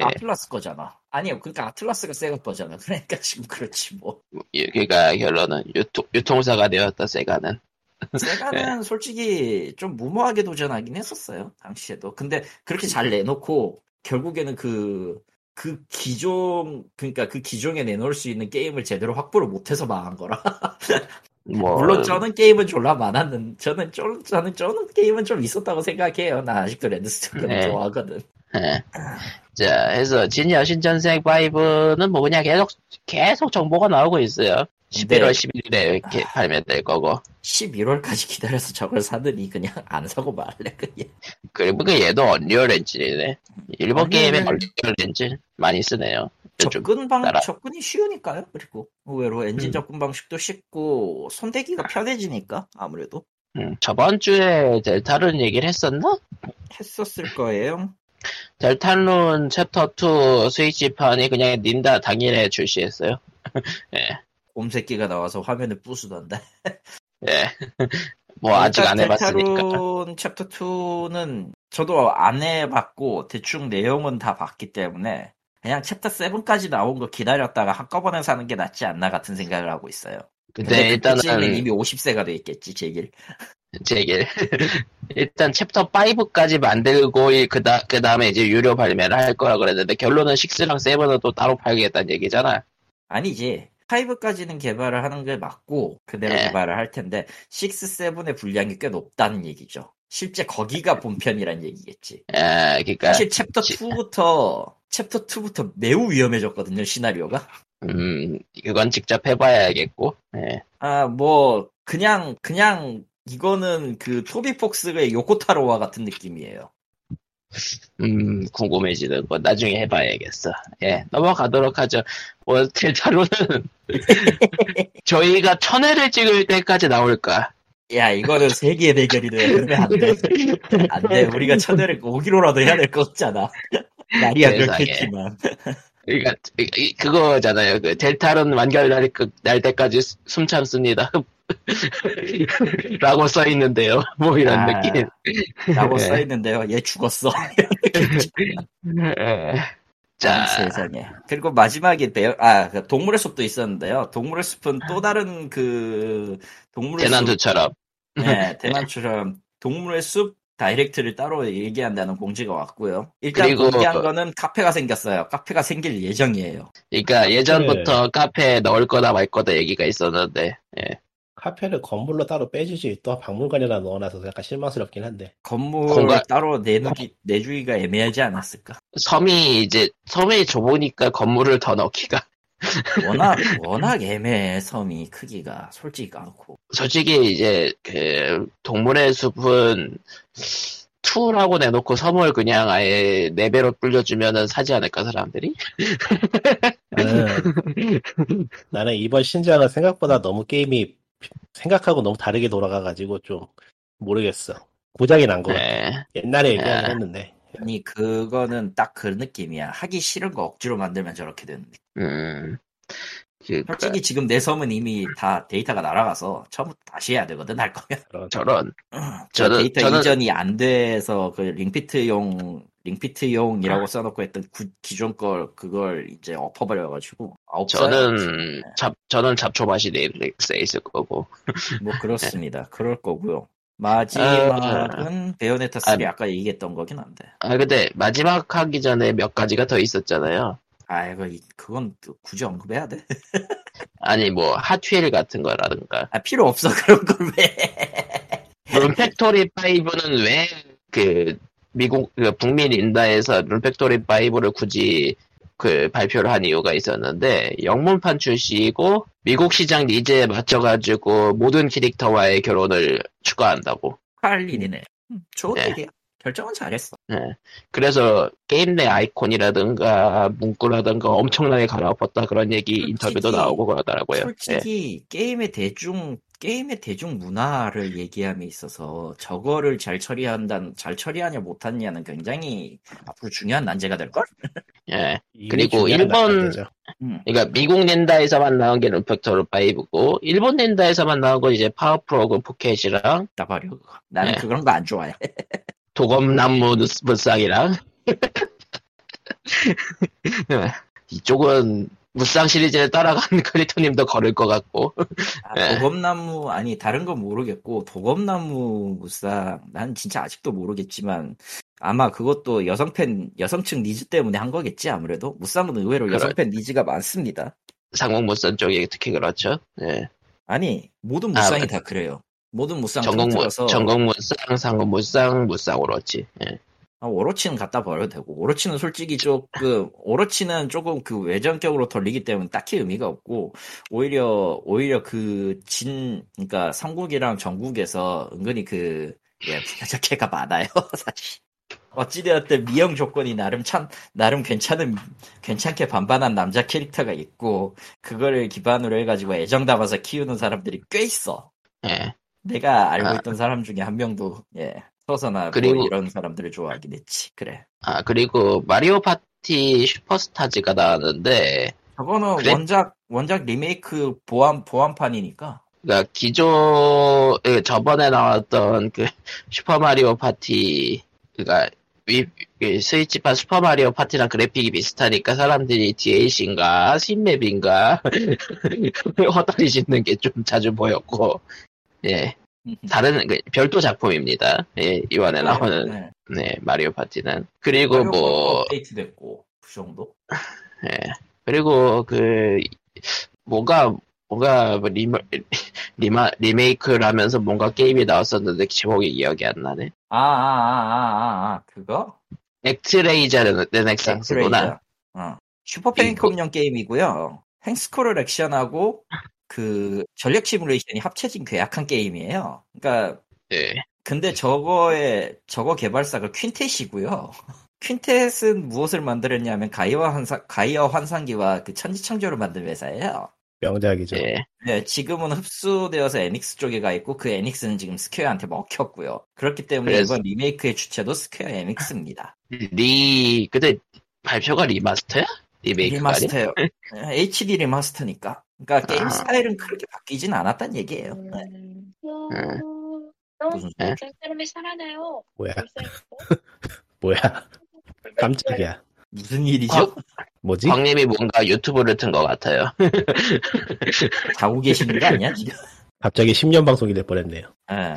S1: 예.
S2: 아틀라스 거잖아. 아니요, 그러니까 아틀라스가 세가 거잖아. *laughs* 그러니까 지금 그렇지 뭐.
S1: 그러니까 결론은 유통, 유통사가 되었다 세가는 네.
S2: 세가는 솔직히 좀 무모하게 도전하긴 했었어요 당시에도 근데 그렇게 잘
S1: 그렇죠.
S2: 내놓고 결국에는 그, 그 기종 그러니까 그 기종에 내놓을 수 있는 게임을 제대로 확보를 못해서 망한 거라
S1: 뭐
S2: 물론 저는 게임은 졸라 많았는 저는 쫄, 저는 저는 게임은 좀 있었다고 생각해요 나 아직도 레드스톤을
S1: 네.
S2: 좋아하거든
S1: 예. 자 해서 진여신전생 5는 뭐 그냥 계속 계속 정보가 나오고 있어요 11월
S2: 네.
S1: 11일에 이렇게 발매될 거고
S2: 11월까지 기다려서 저걸 사느니 그냥 안 사고 말래 그냥
S1: 그리고 그 얘도 언리얼 엔진이네 일본
S2: 언리얼
S1: 게임에
S2: 엔진.
S1: 언리얼 엔진 많이 쓰네요 요즘
S2: 접근 방
S1: 따라.
S2: 접근이 쉬우니까요. 그리고 의외로
S1: 음.
S2: 엔진
S1: 아.
S2: 접근 방식도 쉽고 손대기가 편해지니까 아무래도
S1: 음, 저번 주에 델타룬 얘기를 했었나?
S2: 했었을 거예요.
S1: 델타룬 챕터 2 스위치판이 그냥 닌다 당일에 출시했어요.
S2: 곰새끼가 나와서 화면을 부수던데.
S1: 예. *laughs* 뭐 아직 안 해봤으니까.
S2: 델타룬 챕터 2는 저도 안 해봤고 대충 내용은 다 봤기 때문에 그냥 챕터 7까지 나온 거 기다렸다가 한꺼번에 사는 게 낫지 않나 같은 생각을 하고 있어요.
S1: 근데
S2: 그때쯤엔
S1: 일단은
S2: 이미 50세가 돼 있겠지 제길.
S1: 제길 *laughs* 일단 챕터 5까지 만들고 이- 그다 그 다음에 이제 유료 발매를 할 거라 그랬는데 결론은 6랑 7은 또 따로 팔겠다는 얘기잖아.
S2: 아니지. 5까지는 개발을 하는 게 맞고 그대로
S1: 예.
S2: 개발을 할 텐데 6, 7의 분량이 꽤 높다는 얘기죠. 실제 거기가 본편이란 얘기겠지.
S1: 예, 그러니까
S2: 사실 챕터
S1: 지-
S2: 2부터 챕터 2부터 매우 위험해졌거든요 시나리오가.
S1: 음 그건 직접 해봐야겠고. 예.
S2: 아 뭐 그냥 그냥 이거는 그 토비 폭스의 요코타로와 같은 느낌이에요.
S1: 음, 궁금해지는 거 나중에 해봐야겠어. 예, 넘어가도록 하죠. 뭐, *laughs* 딜타로는 저희가 천회를 찍을 때까지 나올까? *laughs*
S2: 야 이거는 세기의 대결이 돼. 그러면 안 돼. 안 돼. 우리가 천회를 5기로라도 해야 될 것 같잖아. *laughs* 날이야
S1: 세상에.
S2: 그렇겠지만.
S1: 그러니까, 이- 이- 그거잖아요. 그, 델타론 완결 날, 그- 날 때까지 숨- 숨 참습니다. *laughs* 라고 써있는데요. *laughs* 뭐 이런
S2: 아,
S1: 느낌.
S2: 라고
S1: 예.
S2: 써있는데요. 얘 죽었어. *laughs*
S1: 예.
S2: 아,
S1: 자,
S2: 세상에. 그리고 마지막에 배어, 아, 그 동물의 숲도 있었는데요. 동물의 숲은 또 다른 그, 동물의 숲.
S1: 대난투처럼.
S2: 네, 대난처럼 동물의 숲 다이렉트를 따로 얘기한다는 공지가 왔고요. 일단
S1: 그리고-
S2: 공개한 거는 카페가 생겼어요. 카페가 생길 예정이에요.
S1: 그러니까 예전부터 카페에 넣을 거다 말 거다 얘기가 있었는데, 예.
S4: 카페를 건물로 따로 빼주지 또 박물관에다 넣어놔서 약간 실망스럽긴 한데
S2: 건물
S1: 공간-
S2: 따로 내누기, 내주기가 애매하지 않았을까.
S1: 섬이 이제, 섬이 좁으니까 건물을 더 넣기가. *laughs*
S2: 워낙, 워낙 애매해, 섬이 크기가. 솔직히 않고.
S1: 솔직히 이제 그 동물의 숲은 2라고 내놓고 네 섬을 그냥 아예 4배로 불려주면은 사지 않을까 사람들이?
S4: 아니, 나는 나는 이번 신작은 생각보다 너무 게임이 생각하고 너무 다르게 돌아가가지고 좀 모르겠어. 고장이 난 거 같아.
S1: 네.
S4: 옛날에 얘기하긴
S1: 네.
S4: 했는데.
S2: 아니 그거는 딱 그 느낌이야. 하기 싫은 거 억지로 만들면 저렇게 되는 느낌.
S1: 음. 그,
S2: 솔직히 지금 내 섬은 이미 다 데이터가 날아가서 처음부터 다시 해야 되거든 할 거면.
S4: 그런.
S1: 저런.
S2: 저
S1: 저는-
S2: 데이터
S1: 저는-
S2: 이전이 안 돼서 그 링피트용
S1: 음.
S2: 링피트용이라고 써놓고 했던 구- 기존 걸 그걸 이제 엎어버려가지고 아, 없어요.
S1: 저는 잡 저는 잡초 맛이 넷플릭스에 있을 거고
S2: 뭐
S1: 네.
S2: 그렇습니다. 그럴 거고요. 마지막은 베요네타 3
S1: 아,
S2: 아까 얘기했던 거긴 한데.
S1: 아 근데 마지막 하기 전에 몇 가지가 더 있었잖아요
S2: 아 이거 이- 그건 또 굳이 언급해야 돼?
S1: 아니 뭐 하트힐 같은 거라든가
S2: 아 필요 없어 *laughs* 그런 걸 왜?
S1: 룸팩토리 5는 왜 그 미국 그 북미 인다에서 룸팩토리 5를 굳이 그 발표를 한 이유가 있었는데 영문판 출시이고 미국 시장 니즈에 맞춰가지고 모든 캐릭터와의 결혼을 추가한다고
S2: 할 일이네. 음, 좋은
S1: 네.
S2: 얘기야. 결정은 잘했어.
S1: 그래서 게임 내 아이콘이라든가 문구라든가 엄청나게 갈아엎었다 그런 얘기
S2: 솔직히-
S1: 인터뷰도 나오고 그러더라고요. 예.
S2: 솔직히 게임의 대중 게임의 대중 문화를 얘기함에 있어서 저거를 잘 처리한다, 잘 처리하냐 못하냐는 굉장히 앞으로 중요한 난제가 될 걸.
S1: 예.
S4: 이미
S1: 그리고
S4: 중요한
S1: 일본-
S4: 나라가 되죠.
S2: 음.
S1: 그러니까 미국 낸다에서만 나온 게 룸팩터로 5고 일본 낸다에서만 나온 건 이제 파워프로그 포켓이랑
S2: 나발이 나는
S1: 네.
S2: 그런 거 안 좋아해.
S1: 도검나무 무쌍이랑 *laughs* 이쪽은 무쌍 시리즈에 따라간 *laughs* 크리토님도 걸을 것 같고
S2: 아,
S1: 네.
S2: 도검나무 아니 다른 건 모르겠고 도검나무 무쌍 난 진짜 아직도 모르겠지만 아마 그것도 여성 팬 여성층 니즈 때문에 한 거겠지 아무래도 무쌍은 의외로
S1: 그럴-
S2: 여성 팬 니즈가 많습니다.
S1: 상공 무쌍 쪽이 특히 그렇죠. 예.
S2: 아니 모든
S1: 아,
S2: 무쌍이
S1: 맞-
S2: 다 그래요. 모든 무쌍
S1: 전공 무
S2: 통틀어서
S1: 전공 무쌍 상공 무쌍 무쌍으로지. 예.
S2: 아, 오로치는 갖다 버려도 되고 오로치는 솔직히 조금 오로치는 조금 그 외전격으로 돌리기 때문에 딱히 의미가 없고 오히려 오히려 그 진 그러니까 삼국이랑 전국에서 은근히 그 예, *laughs* 부여자캐가 많아요 *laughs* 사실 어찌되었든 미형 조건이 나름 참 나름 괜찮은 괜찮게 반반한 남자 캐릭터가 있고 그거를 기반으로 해가지고 애정 담아서 키우는 사람들이 꽤 있어
S1: 예.
S2: 내가 알고
S1: 아.
S2: 있던 사람 중에 한 명도 예 서서나 뭐
S1: 그리고-
S2: 이런 사람들을 좋아하긴 했지 그래
S1: 아 그리고 마리오 파티 슈퍼스타즈가 나왔는데
S2: 저거는
S1: 그래?
S2: 원작 원작 리메이크 보안 보안판이니까
S1: 그러니까 기존 예, 저번에 나왔던 그 슈퍼 마리오 파티 그러니까 위- 그 스위치판 슈퍼 마리오 파티랑 그래픽이 비슷하니까 사람들이 DLC인가 신맵인가 *laughs* 허다리 짓는 게 좀 자주 보였고 예 다른 그 별도 작품입니다 예 이번에 나오는
S2: 네.
S1: 네 마리오 파티는 그리고 뭐
S2: 업데이트 됐고 그 정도
S1: 예. 그리고 그 뭔가 뭔가 뭐 리마, 리마 리메이크라면서 뭔가 게임이 나왔었는데 제목이 기억이 안 나네.
S2: 아아아아아 아, 아, 그거
S1: 엑스레이저는 넥상스구나.
S2: 엑스레이저. 어. 슈퍼 패미컴용 게임이고요 행스코를 액션하고 그 전략 시뮬레이션이 합쳐진 괴악한 게임이에요 그러니까
S1: 예.
S2: 근데 저거의 저거 개발사가 퀸텟이고요. *laughs* 퀸텟은 무엇을 만들었냐면 가이와 환상 가이어 환상기와 그 천지창조를 만든 회사예요.
S4: 명작이죠.
S1: 예.
S2: 네, 지금은 흡수되어서 에닉스 쪽에 가 있고 그 에닉스는 지금 스퀘어한테 먹혔고요. 그렇기 때문에
S1: 그래서-
S2: 이번 리메이크의 주체도 스퀘어 에닉스입니다.
S1: 리 근데 발표가 리마스터야? 리메이크가 아니?
S2: 리마스터예요. 네, HD 리마스터니까. 그러니까 게임
S1: 아.
S2: 스타일은 그렇게 바뀌진 않았단 얘기예요. 네. 무슨
S1: 예?
S5: 무슨 사람이 살아나요?
S4: 뭐야,
S5: 벌써
S4: 뭐야. *laughs* 깜짝이야.
S2: 무슨 일이죠?
S4: 뭐지?
S1: 광님이 뭔가 유튜브를 튼 것 같아요.
S2: 자고 계시는 거 아니야 지금?
S4: 갑자기 10년 방송이 될 뻔했네요.
S2: 네.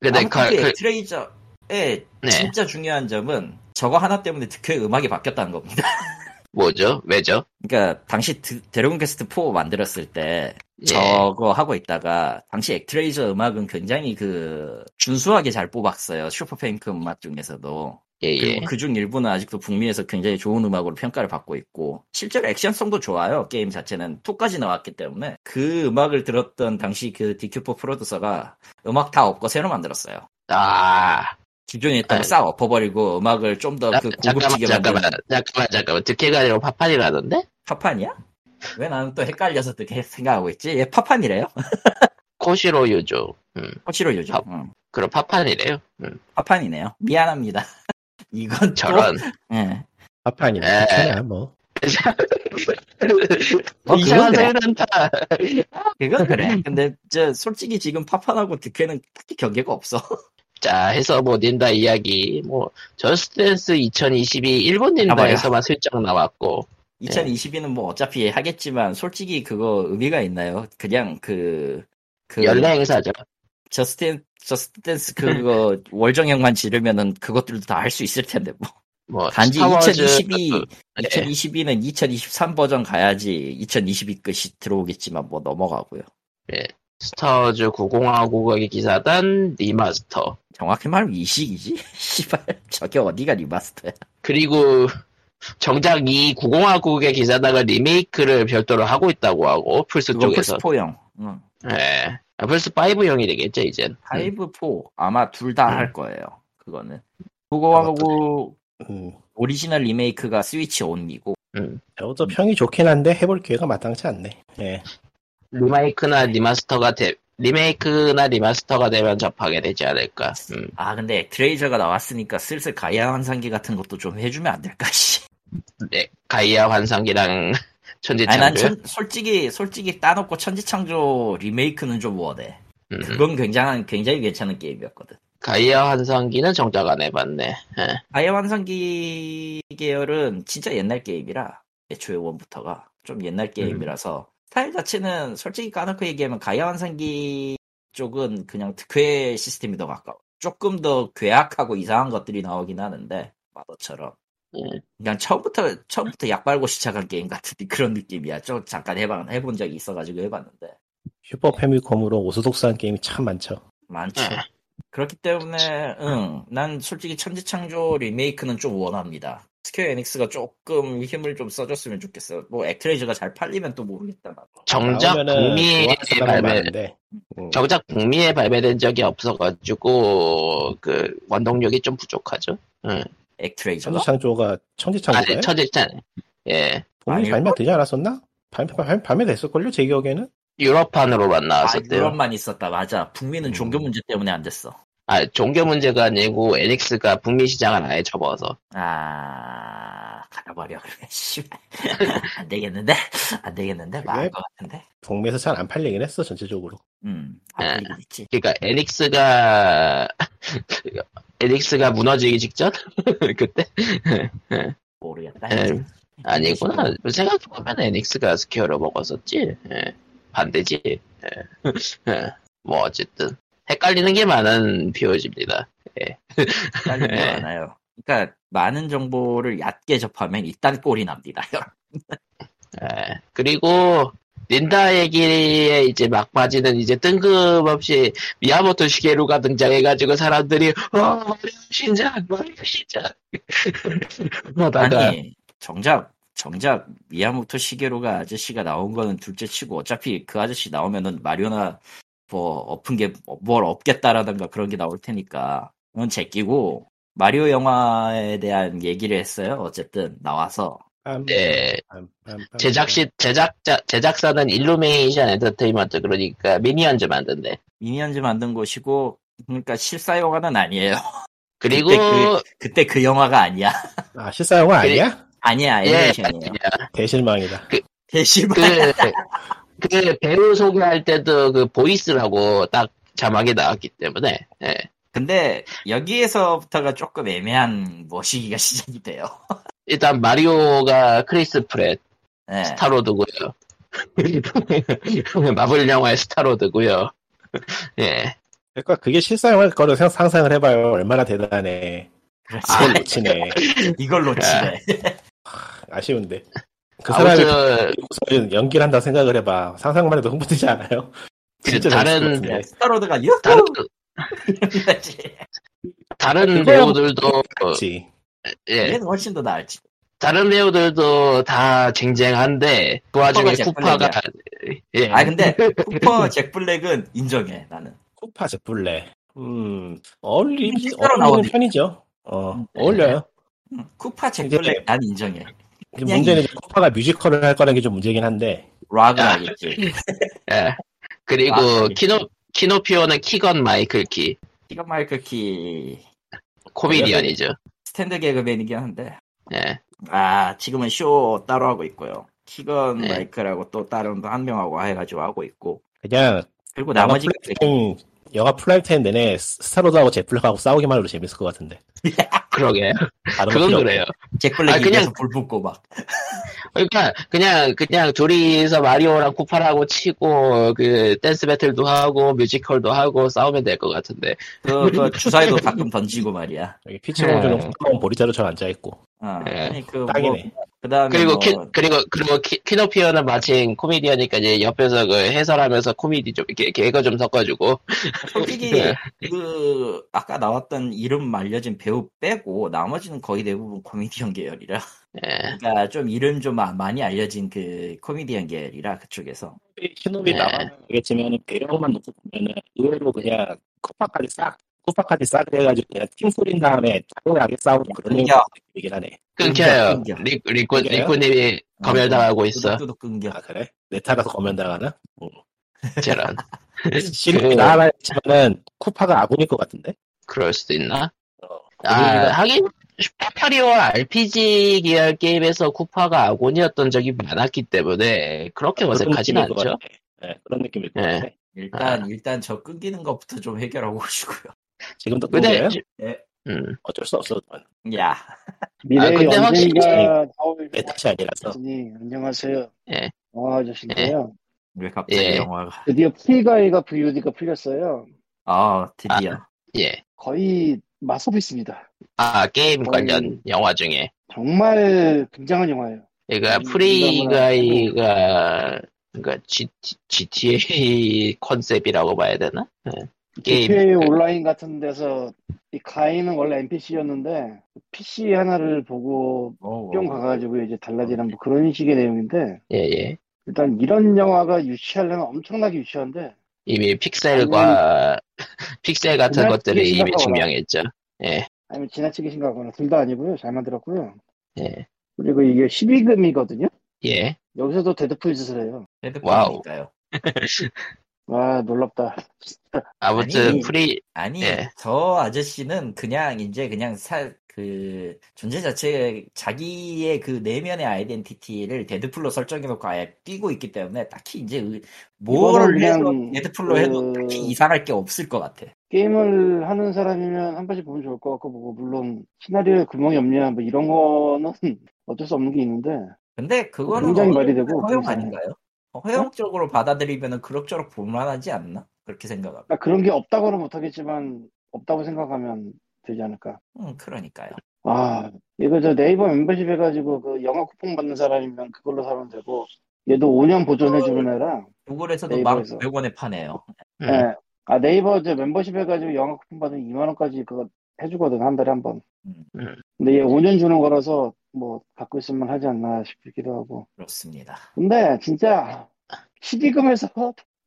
S1: 근데
S2: 아무튼
S1: 가-
S2: 그
S1: 그,
S2: 트레이저의
S1: 네.
S2: 진짜 중요한 점은 저거 하나 때문에 득표의 음악이 바뀌었다는 겁니다. *laughs*
S1: 뭐죠? 왜죠?
S2: 그러니까 당시 드- 드래곤 퀘스트 4 만들었을 때
S1: 예.
S2: 저거 하고 있다가 당시 액트레이저 음악은 굉장히 그 준수하게 잘 뽑았어요. 슈퍼페인크 음악 중에서도.
S1: 예, 예.
S2: 그리고 그중 일부는 아직도 북미에서 굉장히 좋은 음악으로 평가를 받고 있고 실제로 액션성도 좋아요. 게임 자체는 2까지 나왔기 때문에 그 음악을 들었던 당시 그 DQ4 프로듀서가 음악 다 없고 새로 만들었어요.
S1: 아,
S2: 기존에 있던
S1: 아니.
S2: 싹 엎어버리고 음악을 좀 더 그
S1: 잠깐만,
S2: 고급지게
S1: 잠깐만,
S2: 만든
S1: 잠깐만, 잠깐만. 듣기가 아니고 파판이라던데?
S2: 파판이야? 왜 나는 또 헷갈려서 또 계속 생각하고 있지? 얘 파판이래요?
S1: 코시로 유조. 음,
S2: 코치로 요즘.
S1: 팝.
S2: 응.
S1: 그럼 파판이래요. 음,
S2: 파판이네요. 미안합니다. *laughs* 이건 또-
S1: 저런. *laughs*
S2: 예.
S4: 아파니
S1: 에.
S4: 괜찮아 뭐.
S2: 어,
S1: 이상한 소리 뭐
S2: 그건
S1: 난다.
S2: 그건 그래. 근데 저 솔직히 지금 파판하고 득회는 특히 경계가 없어. *laughs*
S1: 자, 해서 뭐 닌다 이야기. 뭐 저스트댄스 2022 일본 닌다에서만 슬쩍 나왔고.
S2: 2022는 뭐 어차피 하겠지만 솔직히 그거 의미가 있나요? 그냥 그, 그
S1: 연례 행사죠.
S2: 저스틴 저스트댄스 그거 *laughs* 월정형만 지르면은 그것들도 다 할 수 있을 텐데 뭐
S1: 뭐
S2: 단지
S1: 스타워즈,
S2: 2022
S1: 네.
S2: 2022는 2023 버전 가야지 2022 끝이 들어오겠지만 뭐 넘어가고요.
S1: 스타워즈 90하고의 기사단 리마스터.
S2: 정확히 말하면 이식이지. *laughs* 씨발 저게 어디가 리마스터야?
S1: 그리고 정작 이 90하고의 기사단가 리메이크를 별도로 하고 있다고 하고 플스
S2: 그건
S1: 쪽에서.
S2: 플스4형. 응.
S1: 예. 아, 플스 5형이 되겠죠 이젠. 음.
S2: 5, 4 아마 둘 다 할 거예요. 그거는. 그거하고
S4: 음.
S2: 오리지널 리메이크가 스위치 온이고
S1: 음.
S4: 배우도 평이 좋긴 한데 해볼 기회가 마땅치 않네. 예.
S1: 리마이크나 리마스터가 되, 리메이크나 리마스터가 되면 접하게 되지 않을까. 음.
S2: 아 근데 액트레이저가 나왔으니까 슬슬 가야 환상기 같은 것도 좀 해주면 안 될까 씨.
S1: 네, 가이아 환상기랑 *laughs*
S2: 아니 난
S1: 천지창조.
S2: 천- 솔직히 솔직히 따놓고 천지창조 리메이크는 좀 우월해.
S1: 음.
S2: 그건 굉장한 굉장히 괜찮은 게임이었거든.
S1: 가이아 환상기는 정작 안 해봤네. 예.
S2: 가야 환상기 계열은 진짜 옛날 게임이라 애초에 원부터가 좀 옛날 게임이라서 스타일 자체는 솔직히 까놓고 얘기하면 가야 환상기 쪽은 그냥 특혜 시스템이 더 가까워. 조금 더 괴악하고 이상한 것들이 나오긴 하는데 마더처럼.
S1: 예.
S2: 그냥 처음부터 처음부터 약 빨고 시작한 게임 같은 *laughs* 그런 느낌이야. 좀 잠깐 해봐 해본 적이 있어가지고 해봤는데
S4: 슈퍼 패미컴으로 오소독스한 게임이 참 많죠.
S2: 많죠.
S1: 예.
S2: 그렇기 때문에 응, 난 솔직히 천지창조 리메이크는 좀 원합니다. 스퀘어 에닉스가 조금 힘을 좀 써줬으면 좋겠어요. 뭐 액트레이저가 잘 팔리면 또 모르겠다. 나도.
S1: 정작
S4: 나오면은
S1: 북미에
S4: 좋아하는 사람은
S1: 발매,
S4: 많은데. 음.
S1: 정작 북미에 발매된 적이 없어가지고 그 원동력이 좀 부족하죠.
S2: 액트레이저가
S4: 천지창조가
S1: 아니
S4: 천지창조가요?
S1: 천지창 예
S4: 북미
S2: 아닐걸?
S4: 발매되지 않았었나? 발매, 발매, 발매됐을걸요? 제 기억에는?
S1: 유럽판으로만
S2: 아
S1: 나왔었대요.
S2: 유럽만 있었다 맞아. 북미는
S4: 음.
S2: 종교 문제 때문에 안 됐어.
S1: 아, 종교 문제가 아니고 에닉스가 북미 시장을 아예 접어서
S2: 아 가려버려 그러면 *laughs* 씨발 안 되겠는데 안 되겠는데 망할 것 같은데.
S4: 북미에서 잘 안 팔리긴 했어, 전체적으로.
S2: 음,
S1: 예.
S2: 아플리긴 있지.
S1: 그러니까 에닉스가 *laughs* 에닉스가 무너지기 직전 *laughs* 그때
S2: 모르겠다.
S1: 예. 아니구나 생각해보면 에닉스가 스퀘어로 먹었었지 예. 반대지 예. *laughs* 예. 뭐 어쨌든 헷갈리는 게 많은 POG입니다
S2: 딸리지
S1: 예.
S2: 않아요. 그러니까 많은 정보를 얕게 접하면 이딴 꼴이 납니다.
S1: 예. 그리고 린다 얘기에 이제 막바지는 이제 뜬금없이 미야모토 시게루가 등장해가지고 사람들이 어 마리오 신작 마리오 신작 *laughs* 그러다가
S2: 아니 정작 정작 미야모토 시게로가 아저씨가 나온 거는 둘째치고 어차피 그 아저씨 나오면은 마리오나 뭐 엎은 게 뭘 없겠다라든가 그런 게 나올 테니까 그건 제끼고 마리오 영화에 대한 얘기를 했어요. 어쨌든 나와서
S4: 빰,
S1: 네.
S4: 빰, 빰, 빰,
S1: 제작시 제작자 제작사는 일루미네이션 엔터테인먼트 그러니까 미니언즈 만든대.
S2: 미니언즈 만든 곳이고 그러니까 실사 영화는 아니에요. *laughs*
S1: 그리고
S2: 그때 그- 그때 그 영화가 아니야. *laughs*
S4: 빰. 아, 실사용화 아니야?
S2: 아니야
S1: 예,
S2: 애니메이션이에요. *laughs*
S4: 대실망이다.
S2: 대시발
S1: 그, 그 배우 소개할 때도 그 보이스라고 딱 자막이 나왔기 때문에 예.
S2: 근데 여기에서부터가 조금 애매한 뭐 머시기가 *laughs* 시작이 돼요.
S1: 일단 마리오가 크리스 프렛 네.
S2: 예.
S1: 스타로드고요. 마블 영화의 스타로드고요. 예.
S4: 그러니까 그게 실사용화 거를 상- 상상을 해봐요. 얼마나 대단해.
S2: 그렇지.
S4: 아, 놓치네.
S2: 이걸 놓치네.
S4: 아쉬운데. 그 사람이
S1: 아무튼
S4: 무슨 연기를 한다 생각을 해봐. 상상만 해도 흥분되지 않아요? 진짜 재밌을 것
S1: 다른
S4: 같은데.
S2: 예, 스타로드가 유후!
S1: 다른 예.
S4: 그거야
S1: 다른
S4: 뭐
S1: 배우들도
S4: 그렇지.
S1: 예.
S2: 얘는 훨씬 더 나을지.
S1: 다른 배우들도 다 쟁쟁한데 그 와중에
S2: 잭
S1: 쿠파가 예.
S2: 아
S1: *laughs*
S2: 근데 쿠퍼 잭 블랙은 인정해 나는.
S4: 쿠파 제플레. 음, 어울리지,
S2: 실제로
S4: 어울리는
S2: 나오네.
S4: 편이죠. 어,
S2: 음.
S4: 어울려요.
S2: 음, 쿠파 잭
S4: 이제-
S2: 블랙 난 인정해. 그냥
S4: 문제는 이제 코파가 뮤지컬을 할 거라는 게 좀 문제긴 한데
S2: 락을
S1: 아.
S2: 하겠지.
S1: 예. 그리고
S2: 아,
S1: 키노 키노피오는 키건 마이클 키
S2: 이건 마이클 키
S1: 코미디언이죠.
S2: 스탠드 개그맨이긴 한데.
S1: 예.
S2: 아 지금은 쇼 따로 하고 있고요. 키건
S1: 네.
S2: 마이클하고 또 다른 한 명하고 해가지고 하고 있고
S4: 그냥
S1: 아,
S2: 그리고 나머지
S4: 좀 영화 플라이트엔 내내 스타로드하고 제플렉하고 싸우기만 해도 재밌을 것 같은데
S1: 그러게.
S4: 다른 거
S1: 그건
S4: 필요 없고.
S1: 그래요. 아,
S2: 잭블랙이
S1: 그냥-
S2: 그냥 불 붙고 막
S1: 그러니까 그냥 그냥 둘이서 마리오랑 쿠파라고 치고 그 댄스 배틀도 하고 뮤지컬도 하고 싸우면 될 것 같은데.
S2: 그, 그 주사위도 가끔 던지고 말이야.
S4: 여기 피치공주는 콩콩 보리자루처럼 앉아있고
S2: 어,
S1: 네.
S2: 아니 그 뭐,
S4: 딱이네
S2: 그다음에
S1: 그리고
S2: 뭐,
S1: 키, 그리고 그리고 키, 키노피오는 마침 코미디언이니까 이제 옆에서 그 해설하면서 코미디 좀 이렇게 개그 좀 섞어주고.
S2: 솔직히
S1: 네.
S2: 그 아까 나왔던 이름 알려진 배우 빼고 나머지는 거의 대부분 코미디언 계열이라 *laughs*
S1: 예.
S2: 그러니까 좀 이름 좀 아- 많이 알려진 그 코미디언 계열이라 그쪽에서
S4: 신호비
S1: 네.
S4: 나가면 알겠지만 배경만 놓고 보면은 의외로 그냥 코파까지 싹 코파까지 싹 해가지고 그냥 팀 소린 다음에 자고하게 싸우는 그런
S2: 끊겨.
S4: 얘기긴 하네
S1: 끊겨요.
S2: 끊겨.
S1: 리, 리코
S4: 끊겨요?
S1: 리코님이 검열당하고 있어.
S2: *laughs* 뚜둑 끊겨.
S4: 아 그래? 내
S1: *laughs*
S4: 탓에서 검연당하나?
S1: 저런. 네.
S4: 신호비 나가라 했지만은 코파가 아군일 것 같은데?
S1: 그럴 수도 있나?
S4: 어,
S1: 아, 하긴, 파파리오와 RPG 계열 게임에서 쿠파가 아곤이었던 적이 많았기 때문에 그렇게 어색하진
S4: 느낌일 아, 것
S1: 않죠.
S4: 같아. 네, 그런 느낌일 것
S1: 네.
S4: 같아.
S2: 일단 일단 저 끊기는 것부터 좀 해결하고 *laughs* 오시고요.
S4: 지금도 끊겨요
S1: 근데,
S2: 예.
S1: 음,
S4: 어쩔 수 없어. 그건.
S2: 야
S1: 아,
S3: 미래의
S1: 근데
S3: 언젠가
S1: 확실히 네.
S3: 나올
S4: 내 탓이 아니라서.
S3: 것이니 안녕하세요.
S1: 예.
S3: 영화 아저씨인데요.
S2: 왜 갑자기
S1: 예.
S2: 영화가
S3: 드디어 풀가이가 VOD가 풀렸어요.
S2: 아 드디어
S1: 예.
S3: 거의 마소비스입니다.
S1: 아, 게임
S3: 거의-
S1: 관련 영화 중에.
S3: 정말 굉장한 영화예요.
S1: 그러니까,
S3: 음,
S1: 프리가이가, 그러니까, G, GTA *laughs* 컨셉이라고 봐야 되나? 예. 게임.
S3: GTA 온라인 같은 데서 이 가이는 원래 NPC였는데 PC 하나를 보고
S2: 오,
S3: 뿅뭐 가가지고 이제 달라지는 뭐 그런 식의 내용인데
S1: 예, 예.
S3: 일단 이런 영화가 유치하려면 엄청나게 유치한데
S1: 이미 픽셀과, *laughs* 픽셀 같은
S3: 그날
S1: 것들이 이미
S3: 시작하거나.
S1: 증명했죠. 예,
S3: 아니면 지나치게 심각하거나 둘 다 아니고요. 잘 만들었고요.
S1: 예,
S3: 그리고 이게 12금이거든요. *laughs*
S1: 예.
S3: 여기서도 데드풀 짓을 해요.
S1: 와우.
S2: 핸드폰이니까요.
S3: 와 놀랍다.
S1: 아무튼,
S2: 아니,
S1: 프리,
S2: 아니
S1: 예.
S2: 저 아저씨는 그냥 이제 그냥 살 그 존재 자체 자기의 그 내면의 아이덴티티를 데드풀로 설정해놓고 아예 끼고 있기 때문에 딱히 이제 의- 뭘
S3: 이거는
S2: 해도
S3: 그냥
S2: 데드풀로
S3: 그-
S2: 해도 딱히 이상할 게 없을 것 같아.
S3: 게임을 하는 사람이면 한 번씩 보면 좋을 것 같고 뭐 물론 시나리오에 구멍이 없냐 뭐 이런 거는 어쩔 수 없는 게 있는데
S2: 근데 그거는
S3: 굉장히 네?
S2: 허-
S3: 말이 되고
S2: 허용
S3: 그래서.
S2: 아닌가요? 어, 허용적으로 받아들이면 그럭저럭 볼만하지 않나? 그렇게 생각합니다.
S3: 그러니까 그런 게 없다고는 못하겠지만 없다고 생각하면 되지 않을까.
S2: 음, 그러니까요.
S3: 아 이거 저 네이버 멤버십 해가지고 그 영화 쿠폰 받는 사람이면 그걸로 사면 되고 얘도 5년 보존해주는 애라.
S2: 구글에서도 만
S3: 네이버에서.
S2: 900원에 파네요.
S1: 음,
S3: 예. 아 네이버 저 멤버십 해가지고 영화 쿠폰 받으면 2만 원까지 그거 해주거든 한 달에 한 번.
S2: 음.
S3: 근데 얘 5년 주는 거라서 뭐 갖고 있으면 하지 않나 싶기도 하고.
S2: 그렇습니다.
S3: 근데 진짜 시비금에서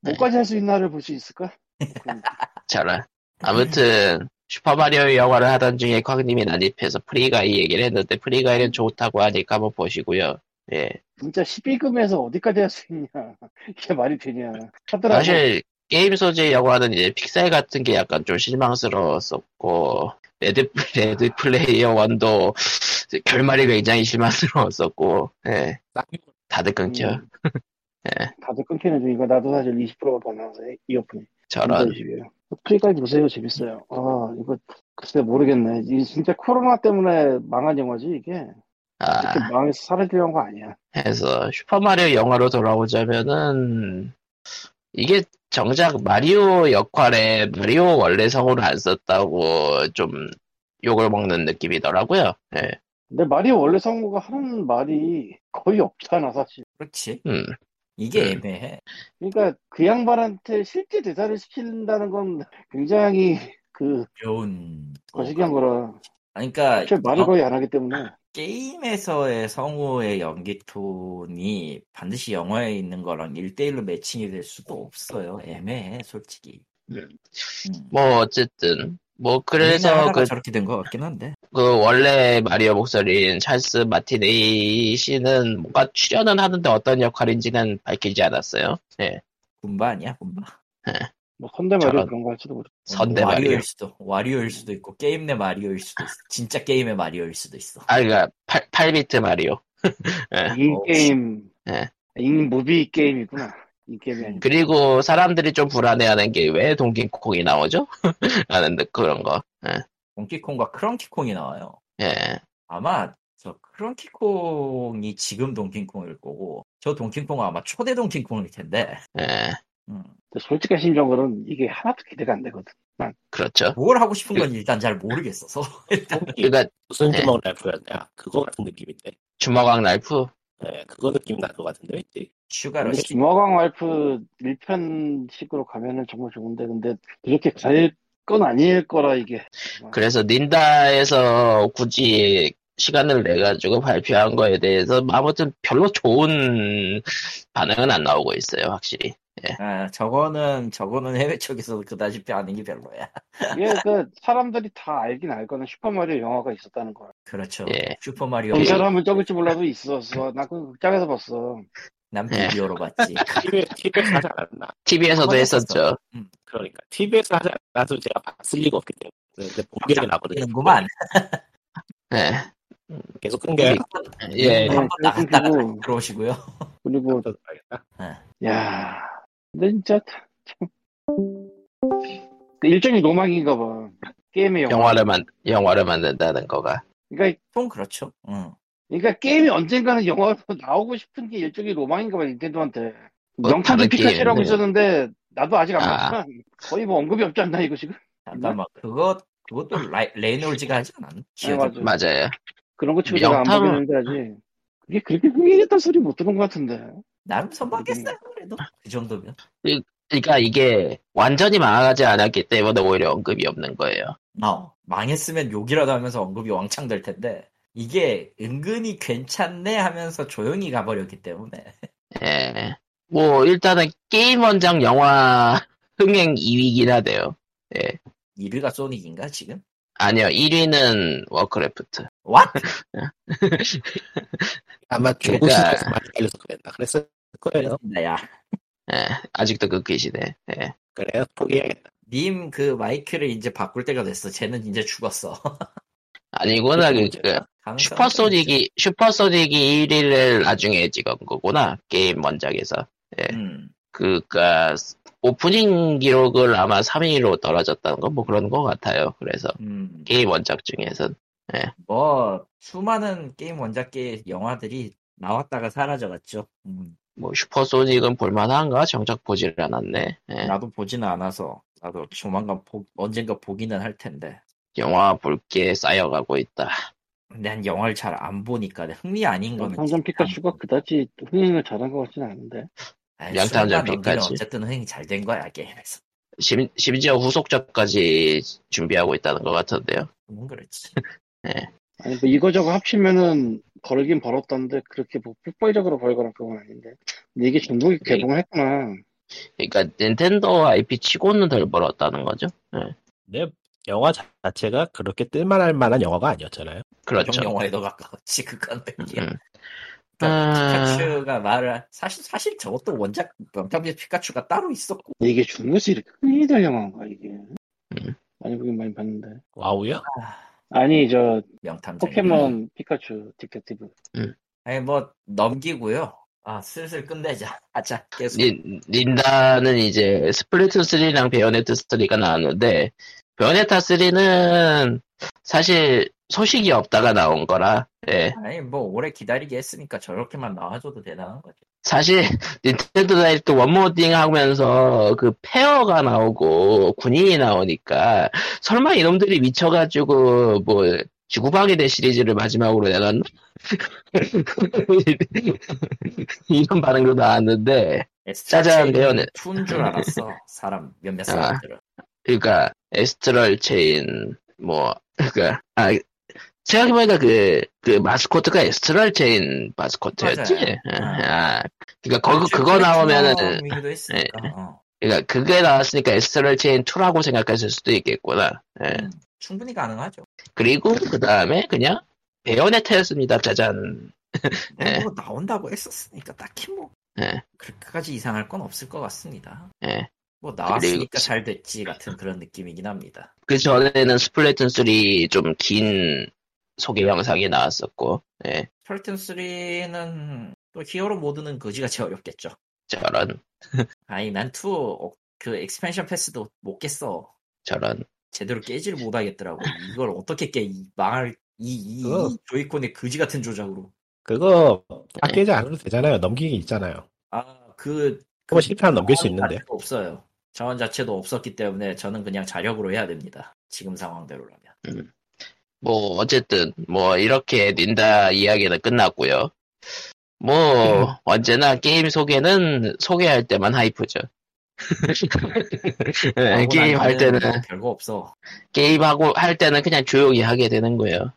S1: 네.
S3: 뭐까지 할 수 있나를 볼 수 있을까?
S1: 저런. 아무튼, 슈퍼마리오 영화를 하던 중에 광님이 난입해서 프리가이 얘기를 했는데, 프리가이는 좋다고 하니까 한번 보시고요. 예.
S3: 진짜 시비금에서 어디까지 할 수 있냐? *laughs* 이게 말이 되냐? 하더라고.
S1: 사실, 게임 소재 영화는 이제 픽셀 같은 게 약간 좀 실망스러웠었고, 레드, *laughs* 레드 플레이어 원도 결말이 굉장히 실망스러웠었고, 예. 다들 끊겨. *laughs*
S3: 음.
S1: 네.
S3: 다들 끊기는 중이고 나도 사실 20%밖에 안 나와서 이어폰이
S1: 저런.
S3: 20이에요. 프리까지 보세요 재밌어요. 아 이거 글쎄 모르겠네. 이 진짜 코로나 때문에 망한 영화지 이게 이렇게
S1: 아.
S3: 망해서 사라질 영화 아니야.
S1: 해서 슈퍼마리오 영화로 돌아오자면은 이게 정작 마리오 역할에 마리오 원래 성우를 안 썼다고 좀 욕을 먹는 느낌이더라고요. 예.
S3: 근데 말이 원래 성우가 하는 말이 거의 없잖아 사실.
S2: 그렇지.
S1: 음.
S2: 이게
S3: 네.
S1: 음.
S2: 애매해.
S3: 그러니까 그 양반한테 실제 대사를 시킨다는 건 굉장히 그
S2: 묘운.
S3: 거시기한 거라.
S2: 아니, 그러니까
S3: 사실 말을
S2: 어,
S3: 거의 안 하기 때문에
S2: 게임에서의 성우의 연기 톤이 반드시 영화에 있는 거랑 일대일로 매칭이 될 수도 없어요. 애매해, 솔직히.
S3: 네.
S1: 음.
S2: 음.
S1: 뭐 어쨌든 뭐
S2: 우리나라
S1: 그래서
S2: 음, 하다가
S1: 그
S2: 저렇게 된 것 같긴 한데.
S1: 그 원래 마리오 목소리인 찰스 마티네이 씨는 뭔가 출연은 하는데 어떤 역할인지는 밝히지
S2: 음,
S1: 않았어요. 예.
S2: 군바 아니야 군바 뭐
S3: 뭐 선대말이
S1: 저런.
S3: 그런 거 할지도 모르.
S1: 선대
S2: 와리오일
S1: 마리오.
S2: 수도 와리오일 수도 있고 게임 내 마리오일 수도 있어 진짜 게임의 마리오일 수도 있어
S1: 아, 그니까, 8, 비트 마리오.
S3: 인 게임.
S1: 어. 예.
S3: 인 무비 게임이구나. 인 게임이 아니고.
S1: 그리고 사람들이 좀 불안해하는 게 왜 동킹콩이 나오죠? *laughs* 라는 데 그런 거.
S2: 동키콩과 크렁키콩이 나와요
S1: 예.
S2: 아마 저 크렁키콩이 지금 동킹콩일 거고 저 동킹콩은 아마 초대 동킹콩일 텐데
S1: 예.
S2: 음.
S3: 근데 솔직한 심정으로는 이게 하나도 기대가 안 되거든.
S1: 그렇죠.
S2: 뭘 하고 싶은 건 일단 잘 모르겠어서 *laughs* 일단
S1: 그러니까
S4: 무슨
S1: 네.
S4: 주먹 라이프였냐? 그거 같은 느낌인데.
S1: 주먹왕 라이프
S4: 예, 그거 느낌 날것 같은데 왠지.
S2: 추가로
S3: 근데
S2: 시즌
S3: 중화광 와이프 1편식으로 가면은 정말 좋은데 근데 이렇게 갈 건 아닐 거라 이게.
S1: 그래서 닌다에서 굳이 시간을 내 가지고 발표한 거에 대해서 아무튼 별로 좋은 반응은 안 나오고 있어요, 확실히.
S2: 아, 저거는 저거는 해외 쪽에서도 그다지 반응이 별로야
S3: 이게 그 사람들이 다 알긴 알 거는 슈퍼마리오 영화가 있었다는 거야.
S2: 그렇죠
S1: 예.
S2: 슈퍼마리오
S3: 본 사람은 적을지 몰라도 있었어. 나 그 극장에서 봤어.
S2: 난
S1: 예.
S2: 비디오로 봤지
S4: TV에, TV에서 하지 않았나?
S1: TV에서도
S3: 아,
S2: 한번
S1: 했었죠.
S2: 했었어요. 음,
S4: 그러니까. TV에서 하지 않아도 제가 봤을 리가 없기 때문에. 근데 본격이 나거든요.
S2: 되는구만
S3: 그렇죠.
S1: 예.
S4: 계속 끊겨요.
S1: 예.
S3: 음,
S2: 한번
S3: 그래서
S2: 나갔다가 *laughs*
S3: 그리고
S2: 그러시고요
S3: 그리고
S4: 저도 알겠다.
S3: 야, 근데 진짜 참. 그 일종의 로망인가 봐. 게임의 영화.
S1: 영화를 만 영화를 만든다는 거가.
S3: 그러니까
S2: 좀 그렇죠 응.
S3: 그러니까 게임이 언젠가는 영화로 *laughs* 나오고 싶은 게 일종의 로망인가 봐 닌텐도한테.
S1: 뭐
S3: 명탐정
S1: 다른 게임,
S3: 피카츄라고
S1: 네.
S3: 있었는데 나도 아직 안
S1: 아.
S3: 봤지만 거의 뭐 언급이 없지 않나 이거 지금?
S1: 네.
S2: 잠깐만 그거 그것도 라이, 레이놀즈가 하지 않았나?
S3: 맞아.
S1: 맞아요.
S3: 그런 거 치고 내가 안
S1: 명탐은-
S3: 보긴 했는데 아직. 그게 그렇게 흥행했다는 소리 못 들은 것 같은데.
S2: 나름 선방했어요 그래도 그 정도면
S1: 그러니까 이게 완전히 망하지 않았기 때문에 오히려 언급이 없는 거예요.
S2: 어, 망했으면 욕이라도 하면서 언급이 왕창 될 텐데 이게 은근히 괜찮네 하면서 조용히 가버렸기 때문에 *laughs*
S1: 예. 뭐 일단은 게임 원작 영화 흥행 2위긴 하대요.
S2: 1위가 소닉인가 지금?
S1: 아니요, 1위는 워크래프트.
S2: 왓?
S4: 아마 중국
S1: 그러니까-
S4: 시장에서 많이 팔려서 그랬나. 그랬을 거예요.
S2: 야
S1: 예. 아직도 그 계시네. 예.
S4: 그래요. 포기해야겠다.
S2: 님 그 마이크를 이제 바꿀 때가 됐어 쟤는 이제 죽었어 *laughs*
S1: 아니구나 그, 그
S2: 가능성은
S1: 슈퍼소닉이 슈퍼소닉이 1위를 나중에 찍은 거구나 게임 원작에서
S2: 있죠. 음,
S1: 그니까 오프닝 기록을 아마 3위로 떨어졌다는 건 뭐 그런 거 같아요 그래서
S2: 음.
S1: 게임 원작 중에선
S2: 뭐 수많은 게임 원작계 영화들이 나왔다가 사라져갔죠 음,
S1: 뭐 슈퍼소닉은 볼만한가 정작 보질 않았네 예.
S2: 나도 보지는 않아서 나도 조만간 보- 언젠가 보기는 할 텐데
S1: 영화 볼 게 쌓여가고 있다
S2: 난 영화를 잘 안 보니까 흥미 아닌 거는
S3: 명탐정 피카츄가 그다지 흥행을 잘한 것 같지는 않은데.
S2: 아이,
S1: 양탄
S2: 수많은
S1: 점핑까지.
S2: 분들은 어쨌든 흥이 잘 된 거야 게임에서
S1: 심, 심지어 후속작까지 준비하고 있다는 것 같은데요
S2: 그건 그렇지
S3: 아니 뭐 이거저거 합치면은 벌긴 벌었던데 그렇게 뭐 폭발적으로 벌거나 그건 아닌데. 근데 이게 중국이 개봉을 했구나.
S1: 그러니까 닌텐도 IP 치고는 덜 벌었다는 거죠
S4: 근데 네, 영화 자- 자체가 그렇게 뜰만할 만한 영화가 아니었잖아요.
S1: *laughs* 그렇죠
S2: 형 영화에 더 가까웠지 그건 백이야
S1: 음. 아.
S2: 피카츄가 말을 사실 사실 저것도 원작 명탐정 피카츄가 따로 있었고
S3: 근데 이게 중국에서 이렇게 흥행이 될 영화인가 이게. 많이 보긴 많이 봤는데.
S4: 와우요?
S3: 아니 저
S2: 명탐정
S3: 포켓몬 피카츄 디텍티브.
S2: 아니 뭐 넘기고요 아 슬슬 끝내자 *laughs* 아자 계속
S1: 닌- 닌다는 이제 스플래툰 3랑 베요네타 3가 나왔는데 베요네타 3는 사실 소식이 없다가 나온 거라 예.
S2: 아니 뭐 오래 기다리게 했으니까 저렇게만 나와줘도 대단한 거지
S1: 사실 *laughs* 닌텐도 다이렉트 원모딩 하면서 그 페어가 나오고 군인이 나오니까 설마 이놈들이 미쳐가지고 뭐 지구방위대 시리즈를 마지막으로 내놨나? *laughs* 이런 반응도 나왔는데 짜잔, 레어는.
S2: 투인 줄 알았어 사람 몇몇
S1: 아,
S2: 사람들은
S1: 그러니까 에스트럴 체인 뭐 그러니까 아 생각해보니까 그, 그 마스코트가 에스트럴 체인 마스코트였지.
S2: 맞아요. 아,
S1: 아, 그러니까 거, 그거 나오면은
S2: 기도 했으니까 어.
S1: 그러니까 그게 나왔으니까 에스트럴 체인 2라고 생각했을 수도 있겠구나. 예.
S2: 음. 충분히 가능하죠.
S1: 그리고 그 다음에 그냥 베요네타였습니다. 짜잔.
S2: 뭐
S1: 예.
S2: 그거 나온다고 했었으니까 딱히 뭐
S1: 예.
S2: 그렇게까지 이상할 건 없을 것 같습니다.
S1: 예.
S2: 뭐 나왔으니까
S1: 그리고-
S2: 잘 됐지 같은 그런 느낌이긴 합니다.
S1: 그 전에는 스플래툰 3 좀 긴 소개 영상이 나왔었고, 예,
S2: 펄튼 3는 또 히어로 모드는 거지같이 어렵겠죠.
S1: 저런
S2: 아니 어, 난2그 엑스펜션 패스도 못 깼어.
S1: 저런.
S2: 제대로 깨질 못하겠더라고. 이걸 어떻게 깨? 이 망할 이, 이,
S4: 그거-
S2: 이 조이콘의 거지 같은 조작으로.
S4: 그거 바뀌지 않아도 되잖아요. 넘기기 있잖아요.
S2: 아그
S4: 그거 실패하면 넘길 수 있는데.
S2: 자체가 없어요. 자원 자체도 없었기 때문에 저는 그냥 자력으로 해야 됩니다. 지금 상황대로라면.
S1: 뭐 어쨌든 뭐 이렇게 닌다 이야기는 끝났고요. 뭐
S2: 음.
S1: 언제나 게임 소개는 소개할 때만
S2: *laughs*
S1: 하이프죠. 예,
S2: 하고
S1: 게임 할
S2: 나면은
S1: 때는
S2: 뭐 별거 없어.
S1: 게임하고 할 때는 그냥 조용히 하게 되는
S2: *laughs*
S1: 거예요.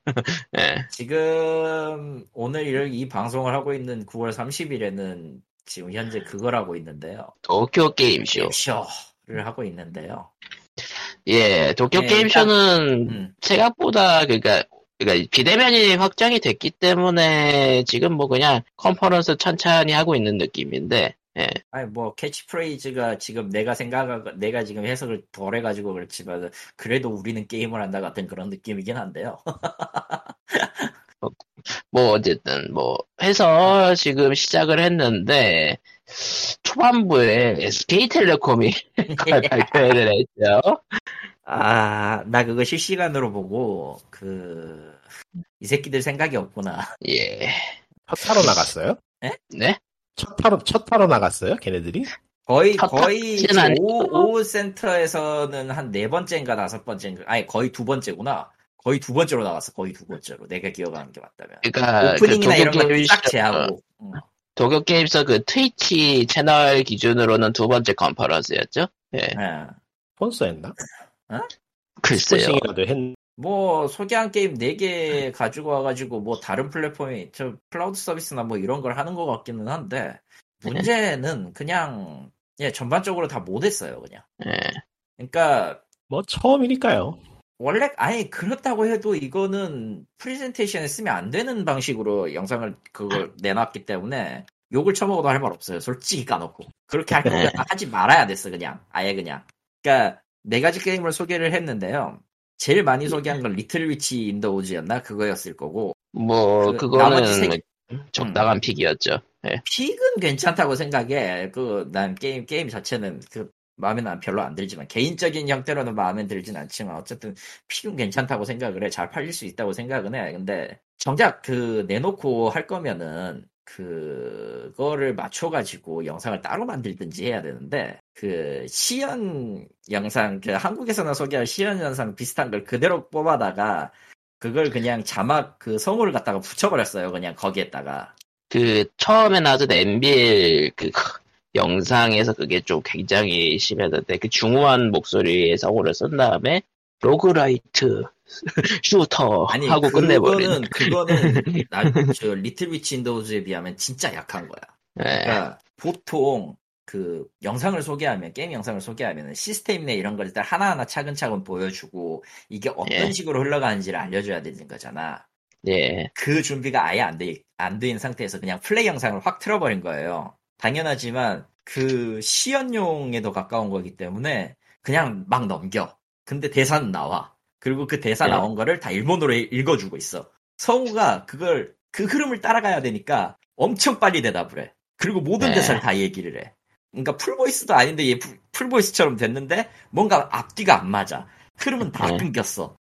S1: 예,
S2: 지금 오늘 일- 이 방송을 하고 있는 9월 30일에는 지금 현재 그걸 하고 있는데요.
S1: 도쿄 게임쇼.
S2: 쇼를 하고 있는데요.
S1: 예, 도쿄
S2: 예,
S1: 게임쇼는
S2: 음,
S1: 생각보다 그러니까 그러니까 비대면이 확장이 됐기 때문에 지금 뭐 그냥 컨퍼런스 천천히 하고 있는 느낌인데 예,
S2: 아니 뭐 캐치프레이즈가 지금 내가 생각하고 내가 지금 해석을 덜 해가지고 그렇지만 그래도 우리는 게임을 한다 같은 그런 느낌이긴 한데요. *laughs*
S1: 뭐 어쨌든 뭐 해서 지금 시작을 했는데 초반부에
S2: *laughs*
S1: SK텔레콤이 *laughs* 그걸 발표를 했죠.
S2: 아, 나 그거 실시간으로 보고, 그, 이 새끼들 생각이 없구나.
S1: 예,
S4: 첫 타로 나갔어요?
S1: 네,
S4: 첫 타로 첫 타로 나갔어요? 걔네들이?
S2: 거의,
S1: 팝팝
S2: 거의,
S1: 진 아니죠?
S2: 오후, 오후 센터에서는 한 네 번째인가 다섯 번째인가, 아니, 거의 두 번째구나. 거의 두 번째로 나왔어, 거의 두 번째로. 내가 기억하는 게 맞다면.
S1: 그러니까
S2: 오프닝이나
S1: 그
S2: 이런
S1: 도쿄
S2: 거딱
S1: 게임쇼-
S2: 제하고. 응.
S1: 도쿄 게임쇼 그 트위치 채널 기준으로는 두 번째 컨퍼런스였죠. 예,
S2: 예.
S4: 폰서였나?
S1: 글쎄요.
S4: 폰싱이라도 했.
S2: 뭐, 소개한 게임 네 개 가지고 와가지고, 뭐, 다른 플랫폼이, 저, 클라우드 서비스나 뭐 이런 걸 하는 것 같기는 한데, 문제는 그냥, 예, 전반적으로 다 못했어요, 그냥.
S1: 예.
S2: 그러니까,
S4: 뭐 처음이니까요.
S2: 원래 아예 그렇다고 해도 이거는 프레젠테이션에 쓰면 안 되는 방식으로 영상을 그걸
S1: 네.
S2: 내놨기 때문에 욕을 쳐먹어도 할 말 없어요. 솔직히 까놓고 그렇게 할
S1: 네.
S2: 거면 하지 말아야 됐어 그냥 아예 그냥. 그러니까 네 가지 게임을 소개를 했는데요. 제일
S1: 네.
S2: 많이 소개한 건 리틀 위치 인더 우즈였나 그거였을 거고
S1: 뭐
S2: 그
S1: 그, 거는
S2: 나머지 세- 음.
S1: 적당한 픽이었죠.
S2: 픽은 괜찮다고 생각해. 그 난 게임 게임 자체는 그 마음에는 안- 별로 안 들지만 개인적인 형태로는 마음에 들진 않지만 어쨌든 픽은 괜찮다고 생각을 해. 잘 팔릴 수 있다고 생각은 해. 근데 정작 그 내놓고 할 거면은 그거를 맞춰가지고 영상을 따로 만들든지 해야 되는데 그 시연 영상 그 한국에서나 소개할 시연 영상 비슷한 걸 그대로 뽑아다가 그걸 그냥 자막 그 성우를 갖다가 붙여버렸어요. 그냥 거기에다가.
S1: 그 처음에 나왔던 MBL 그 영상에서 그게 좀 굉장히 심했는데 그 중후한 목소리의 성우를 쓴 다음에 로그라이트 *laughs* 슈터
S2: 아니
S1: 하고 끝내버린.
S2: 그거는
S1: *laughs*
S2: 그거는 나저 리틀 위치 인더우즈에 비하면 진짜 약한 거야.
S1: 예,
S2: 그러니까 보통 그 영상을 소개하면 게임 영상을 소개하면 시스템이나 이런 걸 일단 하나하나 차근차근 보여주고 이게 어떤
S1: 예.
S2: 식으로 흘러가는지를 알려줘야 되는 거잖아.
S1: 예,
S2: 그 준비가 아예 안돼안된 상태에서 그냥 플레이 영상을 확 틀어버린 거예요. 당연하지만 그 시연용에도 가까운 거기 때문에 그냥 막 넘겨. 근데 대사는 나와. 그리고 그 대사
S1: 네.
S2: 나온 거를 다 일본어로 해- 읽어주고 있어. 성우가 그걸 그 흐름을 따라가야 되니까 엄청 빨리 대답을 해. 그리고 모든
S1: 네.
S2: 대사를 다 얘기를 해. 그러니까 풀보이스도 아닌데 얘 풀- 풀보이스처럼 됐는데 뭔가 앞뒤가 안 맞아. 흐름은 다
S1: 네.
S2: 끊겼어.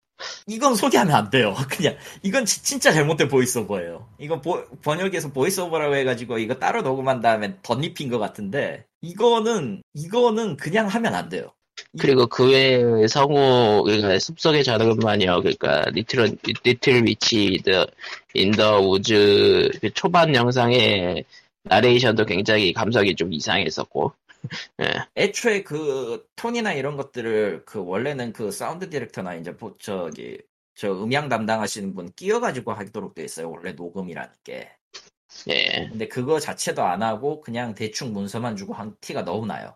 S2: 이건 소개하면 안 돼요. *laughs* 그냥 이건 지- 진짜 잘못된 보이스오버예요. 이건 보- 번역에서 보이스오버라고 해가지고 이거 따로 녹음한 다음에 덧입힌 것 같은데 이거는 이거는 그냥 하면 안 돼요.
S1: 그리고 그 외에 성우 그러니까 숲속의 작은 마녀 그러니까 리틀 리틀 위치 더 인더 우즈 그 초반 영상의 나레이션도 굉장히 감성이 좀 이상했었고
S2: 애초에 그 톤이나 이런 것들을 그 원래는 그 사운드 디렉터나 이제 보- 저기 저 음향 담당하시는 분 끼워가지고 하도록 돼 있어요. 원래 녹음이라는 게.
S1: 예,
S2: 근데 그거 자체도 안 하고 그냥 대충 문서만 주고 한 티가 너무 나요.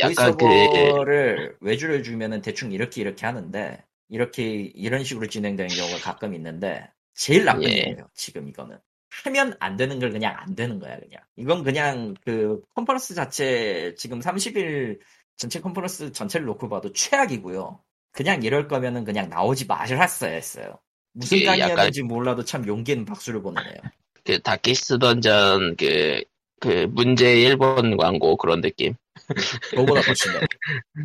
S1: 약간 그
S2: 뭐 보이스오버를 외주를 주면은 대충 이렇게 이렇게 하는데 이렇게 이런 식으로 진행되는 경우가 가끔 있는데 제일 나쁜
S1: 예.
S2: 일이에요 지금 이거는 하면 안 되는 걸 그냥 안 되는 거야 그냥 이건 그냥 그 컨퍼런스 자체 지금 30일 전체 컨퍼런스 전체를 놓고 봐도 최악이고요 그냥 이럴 거면은 그냥 나오지 마셨어야 했어요 무슨
S1: 이게 예, 약간-
S2: 강의였는지 몰라도 참 용기 있는 박수를 보내네요
S1: 그 다키스 던전 그, 그 문제 일본 광고 그런 느낌.
S2: 그거보다 더
S1: *laughs*
S2: 심해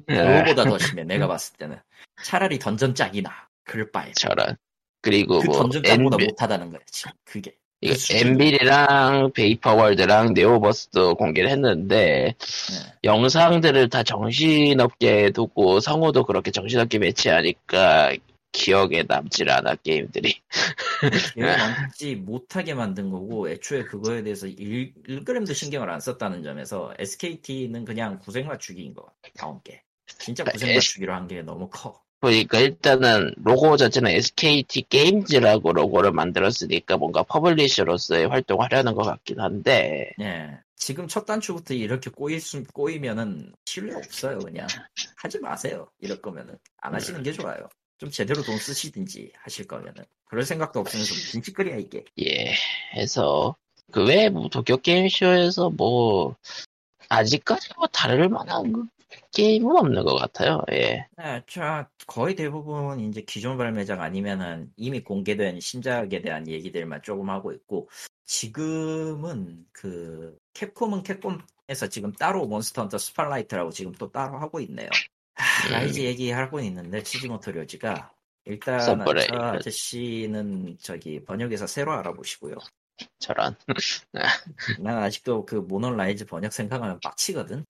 S2: 네.
S1: 예,
S2: 그거보다 더 심해 내가 봤을 때는 차라리 던전 짝이 나 그럴 바에
S1: 저런. 그리고
S2: 그
S1: 뭐
S2: 던전 짝보다
S1: 엔비,
S2: 못하다는 거야 지금 그게
S1: 이거
S2: 그 수준.
S1: 엔빌이랑 베이퍼월드랑 네오버스도 공개를 했는데
S2: 네.
S1: 영상들을 다 정신없게 두고 성우도 그렇게 정신없게 매치하니까 기억에 남질 않아 게임들이.
S2: 기억에 남지 못하게 만든 거고 애초에 그거에 대해서 1, 일그램도 신경을 안 썼다는 점에서 SKT는 그냥 구색 맞추기인 것 같아 다음 게 진짜 구색
S1: 그러니까
S2: 맞추기로 한 게 너무 커
S1: 그러니까 일단은 로고 자체는 SKT 게임즈라고 로고를 만들었으니까 뭔가 퍼블리셔로서의 활동하려는 것 같긴 한데
S2: 예. 지금 첫 단추부터 이렇게 꼬일 수, 꼬이면은 신뢰 없어요 그냥 하지 마세요 이럴 거면은 안 하시는 게 좋아요 좀 제대로 돈 쓰시든지 하실 거면은 그럴 생각도 없으면서 빈치거리야 이게
S1: 예 해서 그 외에 뭐 도쿄 게임쇼에서 뭐 아직까지 뭐 다를 만한 그 게임은 없는 것 같아요 예
S2: 네, 자, 거의 대부분 이제 기존 발매작 아니면은 이미 공개된 신작에 대한 얘기들만 조금 하고 있고, 지금은 그, 캡콤은 캡콤에서 지금 따로 몬스터 헌터 스팟라이트라고 지금 또 따로 하고 있네요. 하,
S1: 음.
S2: 라이즈 얘기하고 있는데, 치즈모토 료지가. 일단,
S1: 선브레이크.
S2: 저 아저씨는 저기 번역에서 새로 알아보시고요.
S1: 저런
S2: 난 아직도 그 모넌 라이즈 번역 생각하면 빡치거든.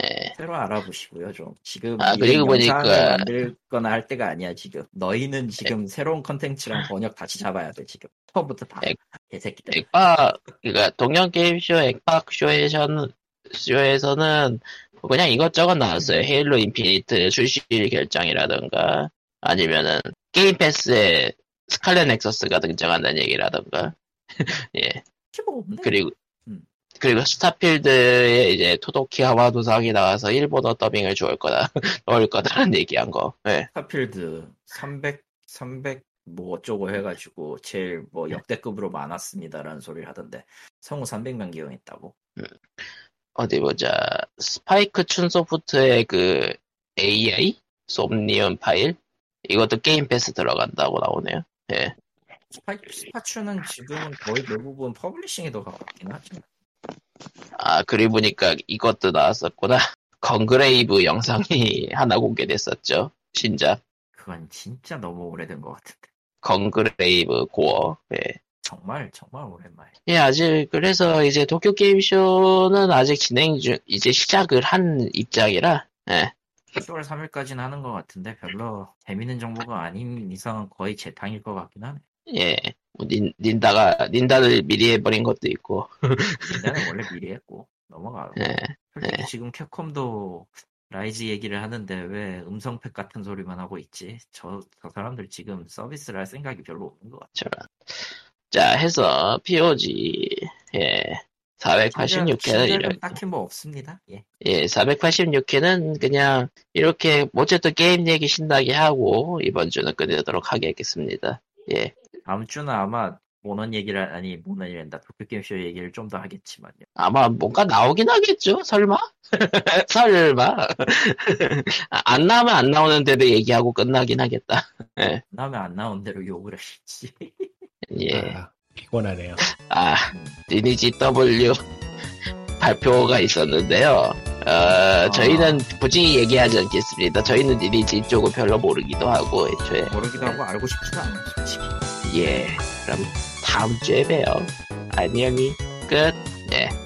S1: 예
S2: 새로 알아보시고요 좀 지금
S1: 아, 그리고
S2: 이런 영상을
S1: 보니까- 네.
S2: 만들거나 할 때가 아니야 지금 너희는 지금 새로운 컨텐츠랑 번역 다시 잡아야 돼 지금 처음부터 다
S1: 네.
S2: 개새끼들
S1: 액박 그러니까 동양 게임쇼 액박 쇼에서는 쇼에서는 그냥 이것저것 나왔어요 헤일로 인피니트 출시일 결정이라든가 아니면은 게임 패스에 스칼렛 넥서스가 등장한다는 얘기라든가 예
S2: 키보 없네
S1: 그리고
S2: 음.
S1: 그리고 스타필드에 이제 토도키 하와 도상이 나와서 일본어 더빙을 줄 거다 *laughs* 넣을 거다라는 얘기한 거. 예.
S2: 스타필드 300 300뭐 어쩌고 해가지고 제일 뭐
S1: 네.
S2: 역대급으로 많았습니다라는 소리를 하던데 성우 300명 기용했다고
S1: 어디 보자. 스파이크 춘 소프트의 그 AI 솜니온 파일 이것도 게임 패스 들어간다고 나오네요. 예.
S2: 스파, 스파츄는 지금은 거의 대부분 퍼블리싱에 더 가깝긴 하죠
S1: 아 그리고 보니까 이것도 나왔었구나. *laughs* 건그레이브 영상이 *laughs* 하나 공개됐었죠. 신작
S2: 그건 진짜 너무 오래된 것 같은데
S1: 건그레이브 고어. 예.
S2: 정말 정말 오랜만에
S1: 예, 아직, 그래서 이제 도쿄 게임쇼는 아직 진행 중, 이제 시작을 한 입장이라, 예,
S2: 10월 3일까지는 하는 것 같은데 별로 재밌는 정보가 아닌 이상은 거의 재탕일 것 같긴 하네.
S1: 예. 뭐 닌, 닌다가, 닌다를 미리 해버린 것도 있고,
S2: 나는 원래 미리 했고 넘어가고.
S1: 예.
S2: 솔직히 지금 캡콤도 라이즈 얘기를 하는데 왜 음성팩 같은 소리만 하고 있지? 저, 저 사람들 지금 서비스를 할 생각이 별로 없는 것 같아.
S1: 저런. 자, 해서, POG, 예. 486회는
S2: 신작은
S1: 이렇게,
S2: 딱히 뭐 없습니다. 예.
S1: 예, 486회는 그냥, 이렇게, 어쨌든 게임 얘기 신나게 하고, 이번 주는 끝내도록 하겠습니다. 예.
S2: 다음 주는 아마 모넌 얘기를 아니 모넌이란다 도쿄게임쇼 얘기를 좀 더 하겠지만요.
S1: 아마 뭔가 나오긴 하겠죠? 설마? *laughs* 설마? *laughs* 아, 안 나오면 안 나오는 대로 얘기하고 끝나긴 하겠다.
S2: 나면 안 나온 대로 욕을 하시지. *laughs*
S1: 예.
S4: 아, 피곤하네요.
S1: 아, 리니지 W *laughs* 발표가 있었는데요. 어, 저희는 굳이 얘기하지 않겠습니다. 저희는 리니지 쪽을 별로 모르기도 하고, 애초에.
S2: 모르기도 하고 알고 싶지도 않아요. 솔직히.
S1: 예. 그럼 다음 주에 봬요. 안녕히 끝. 예.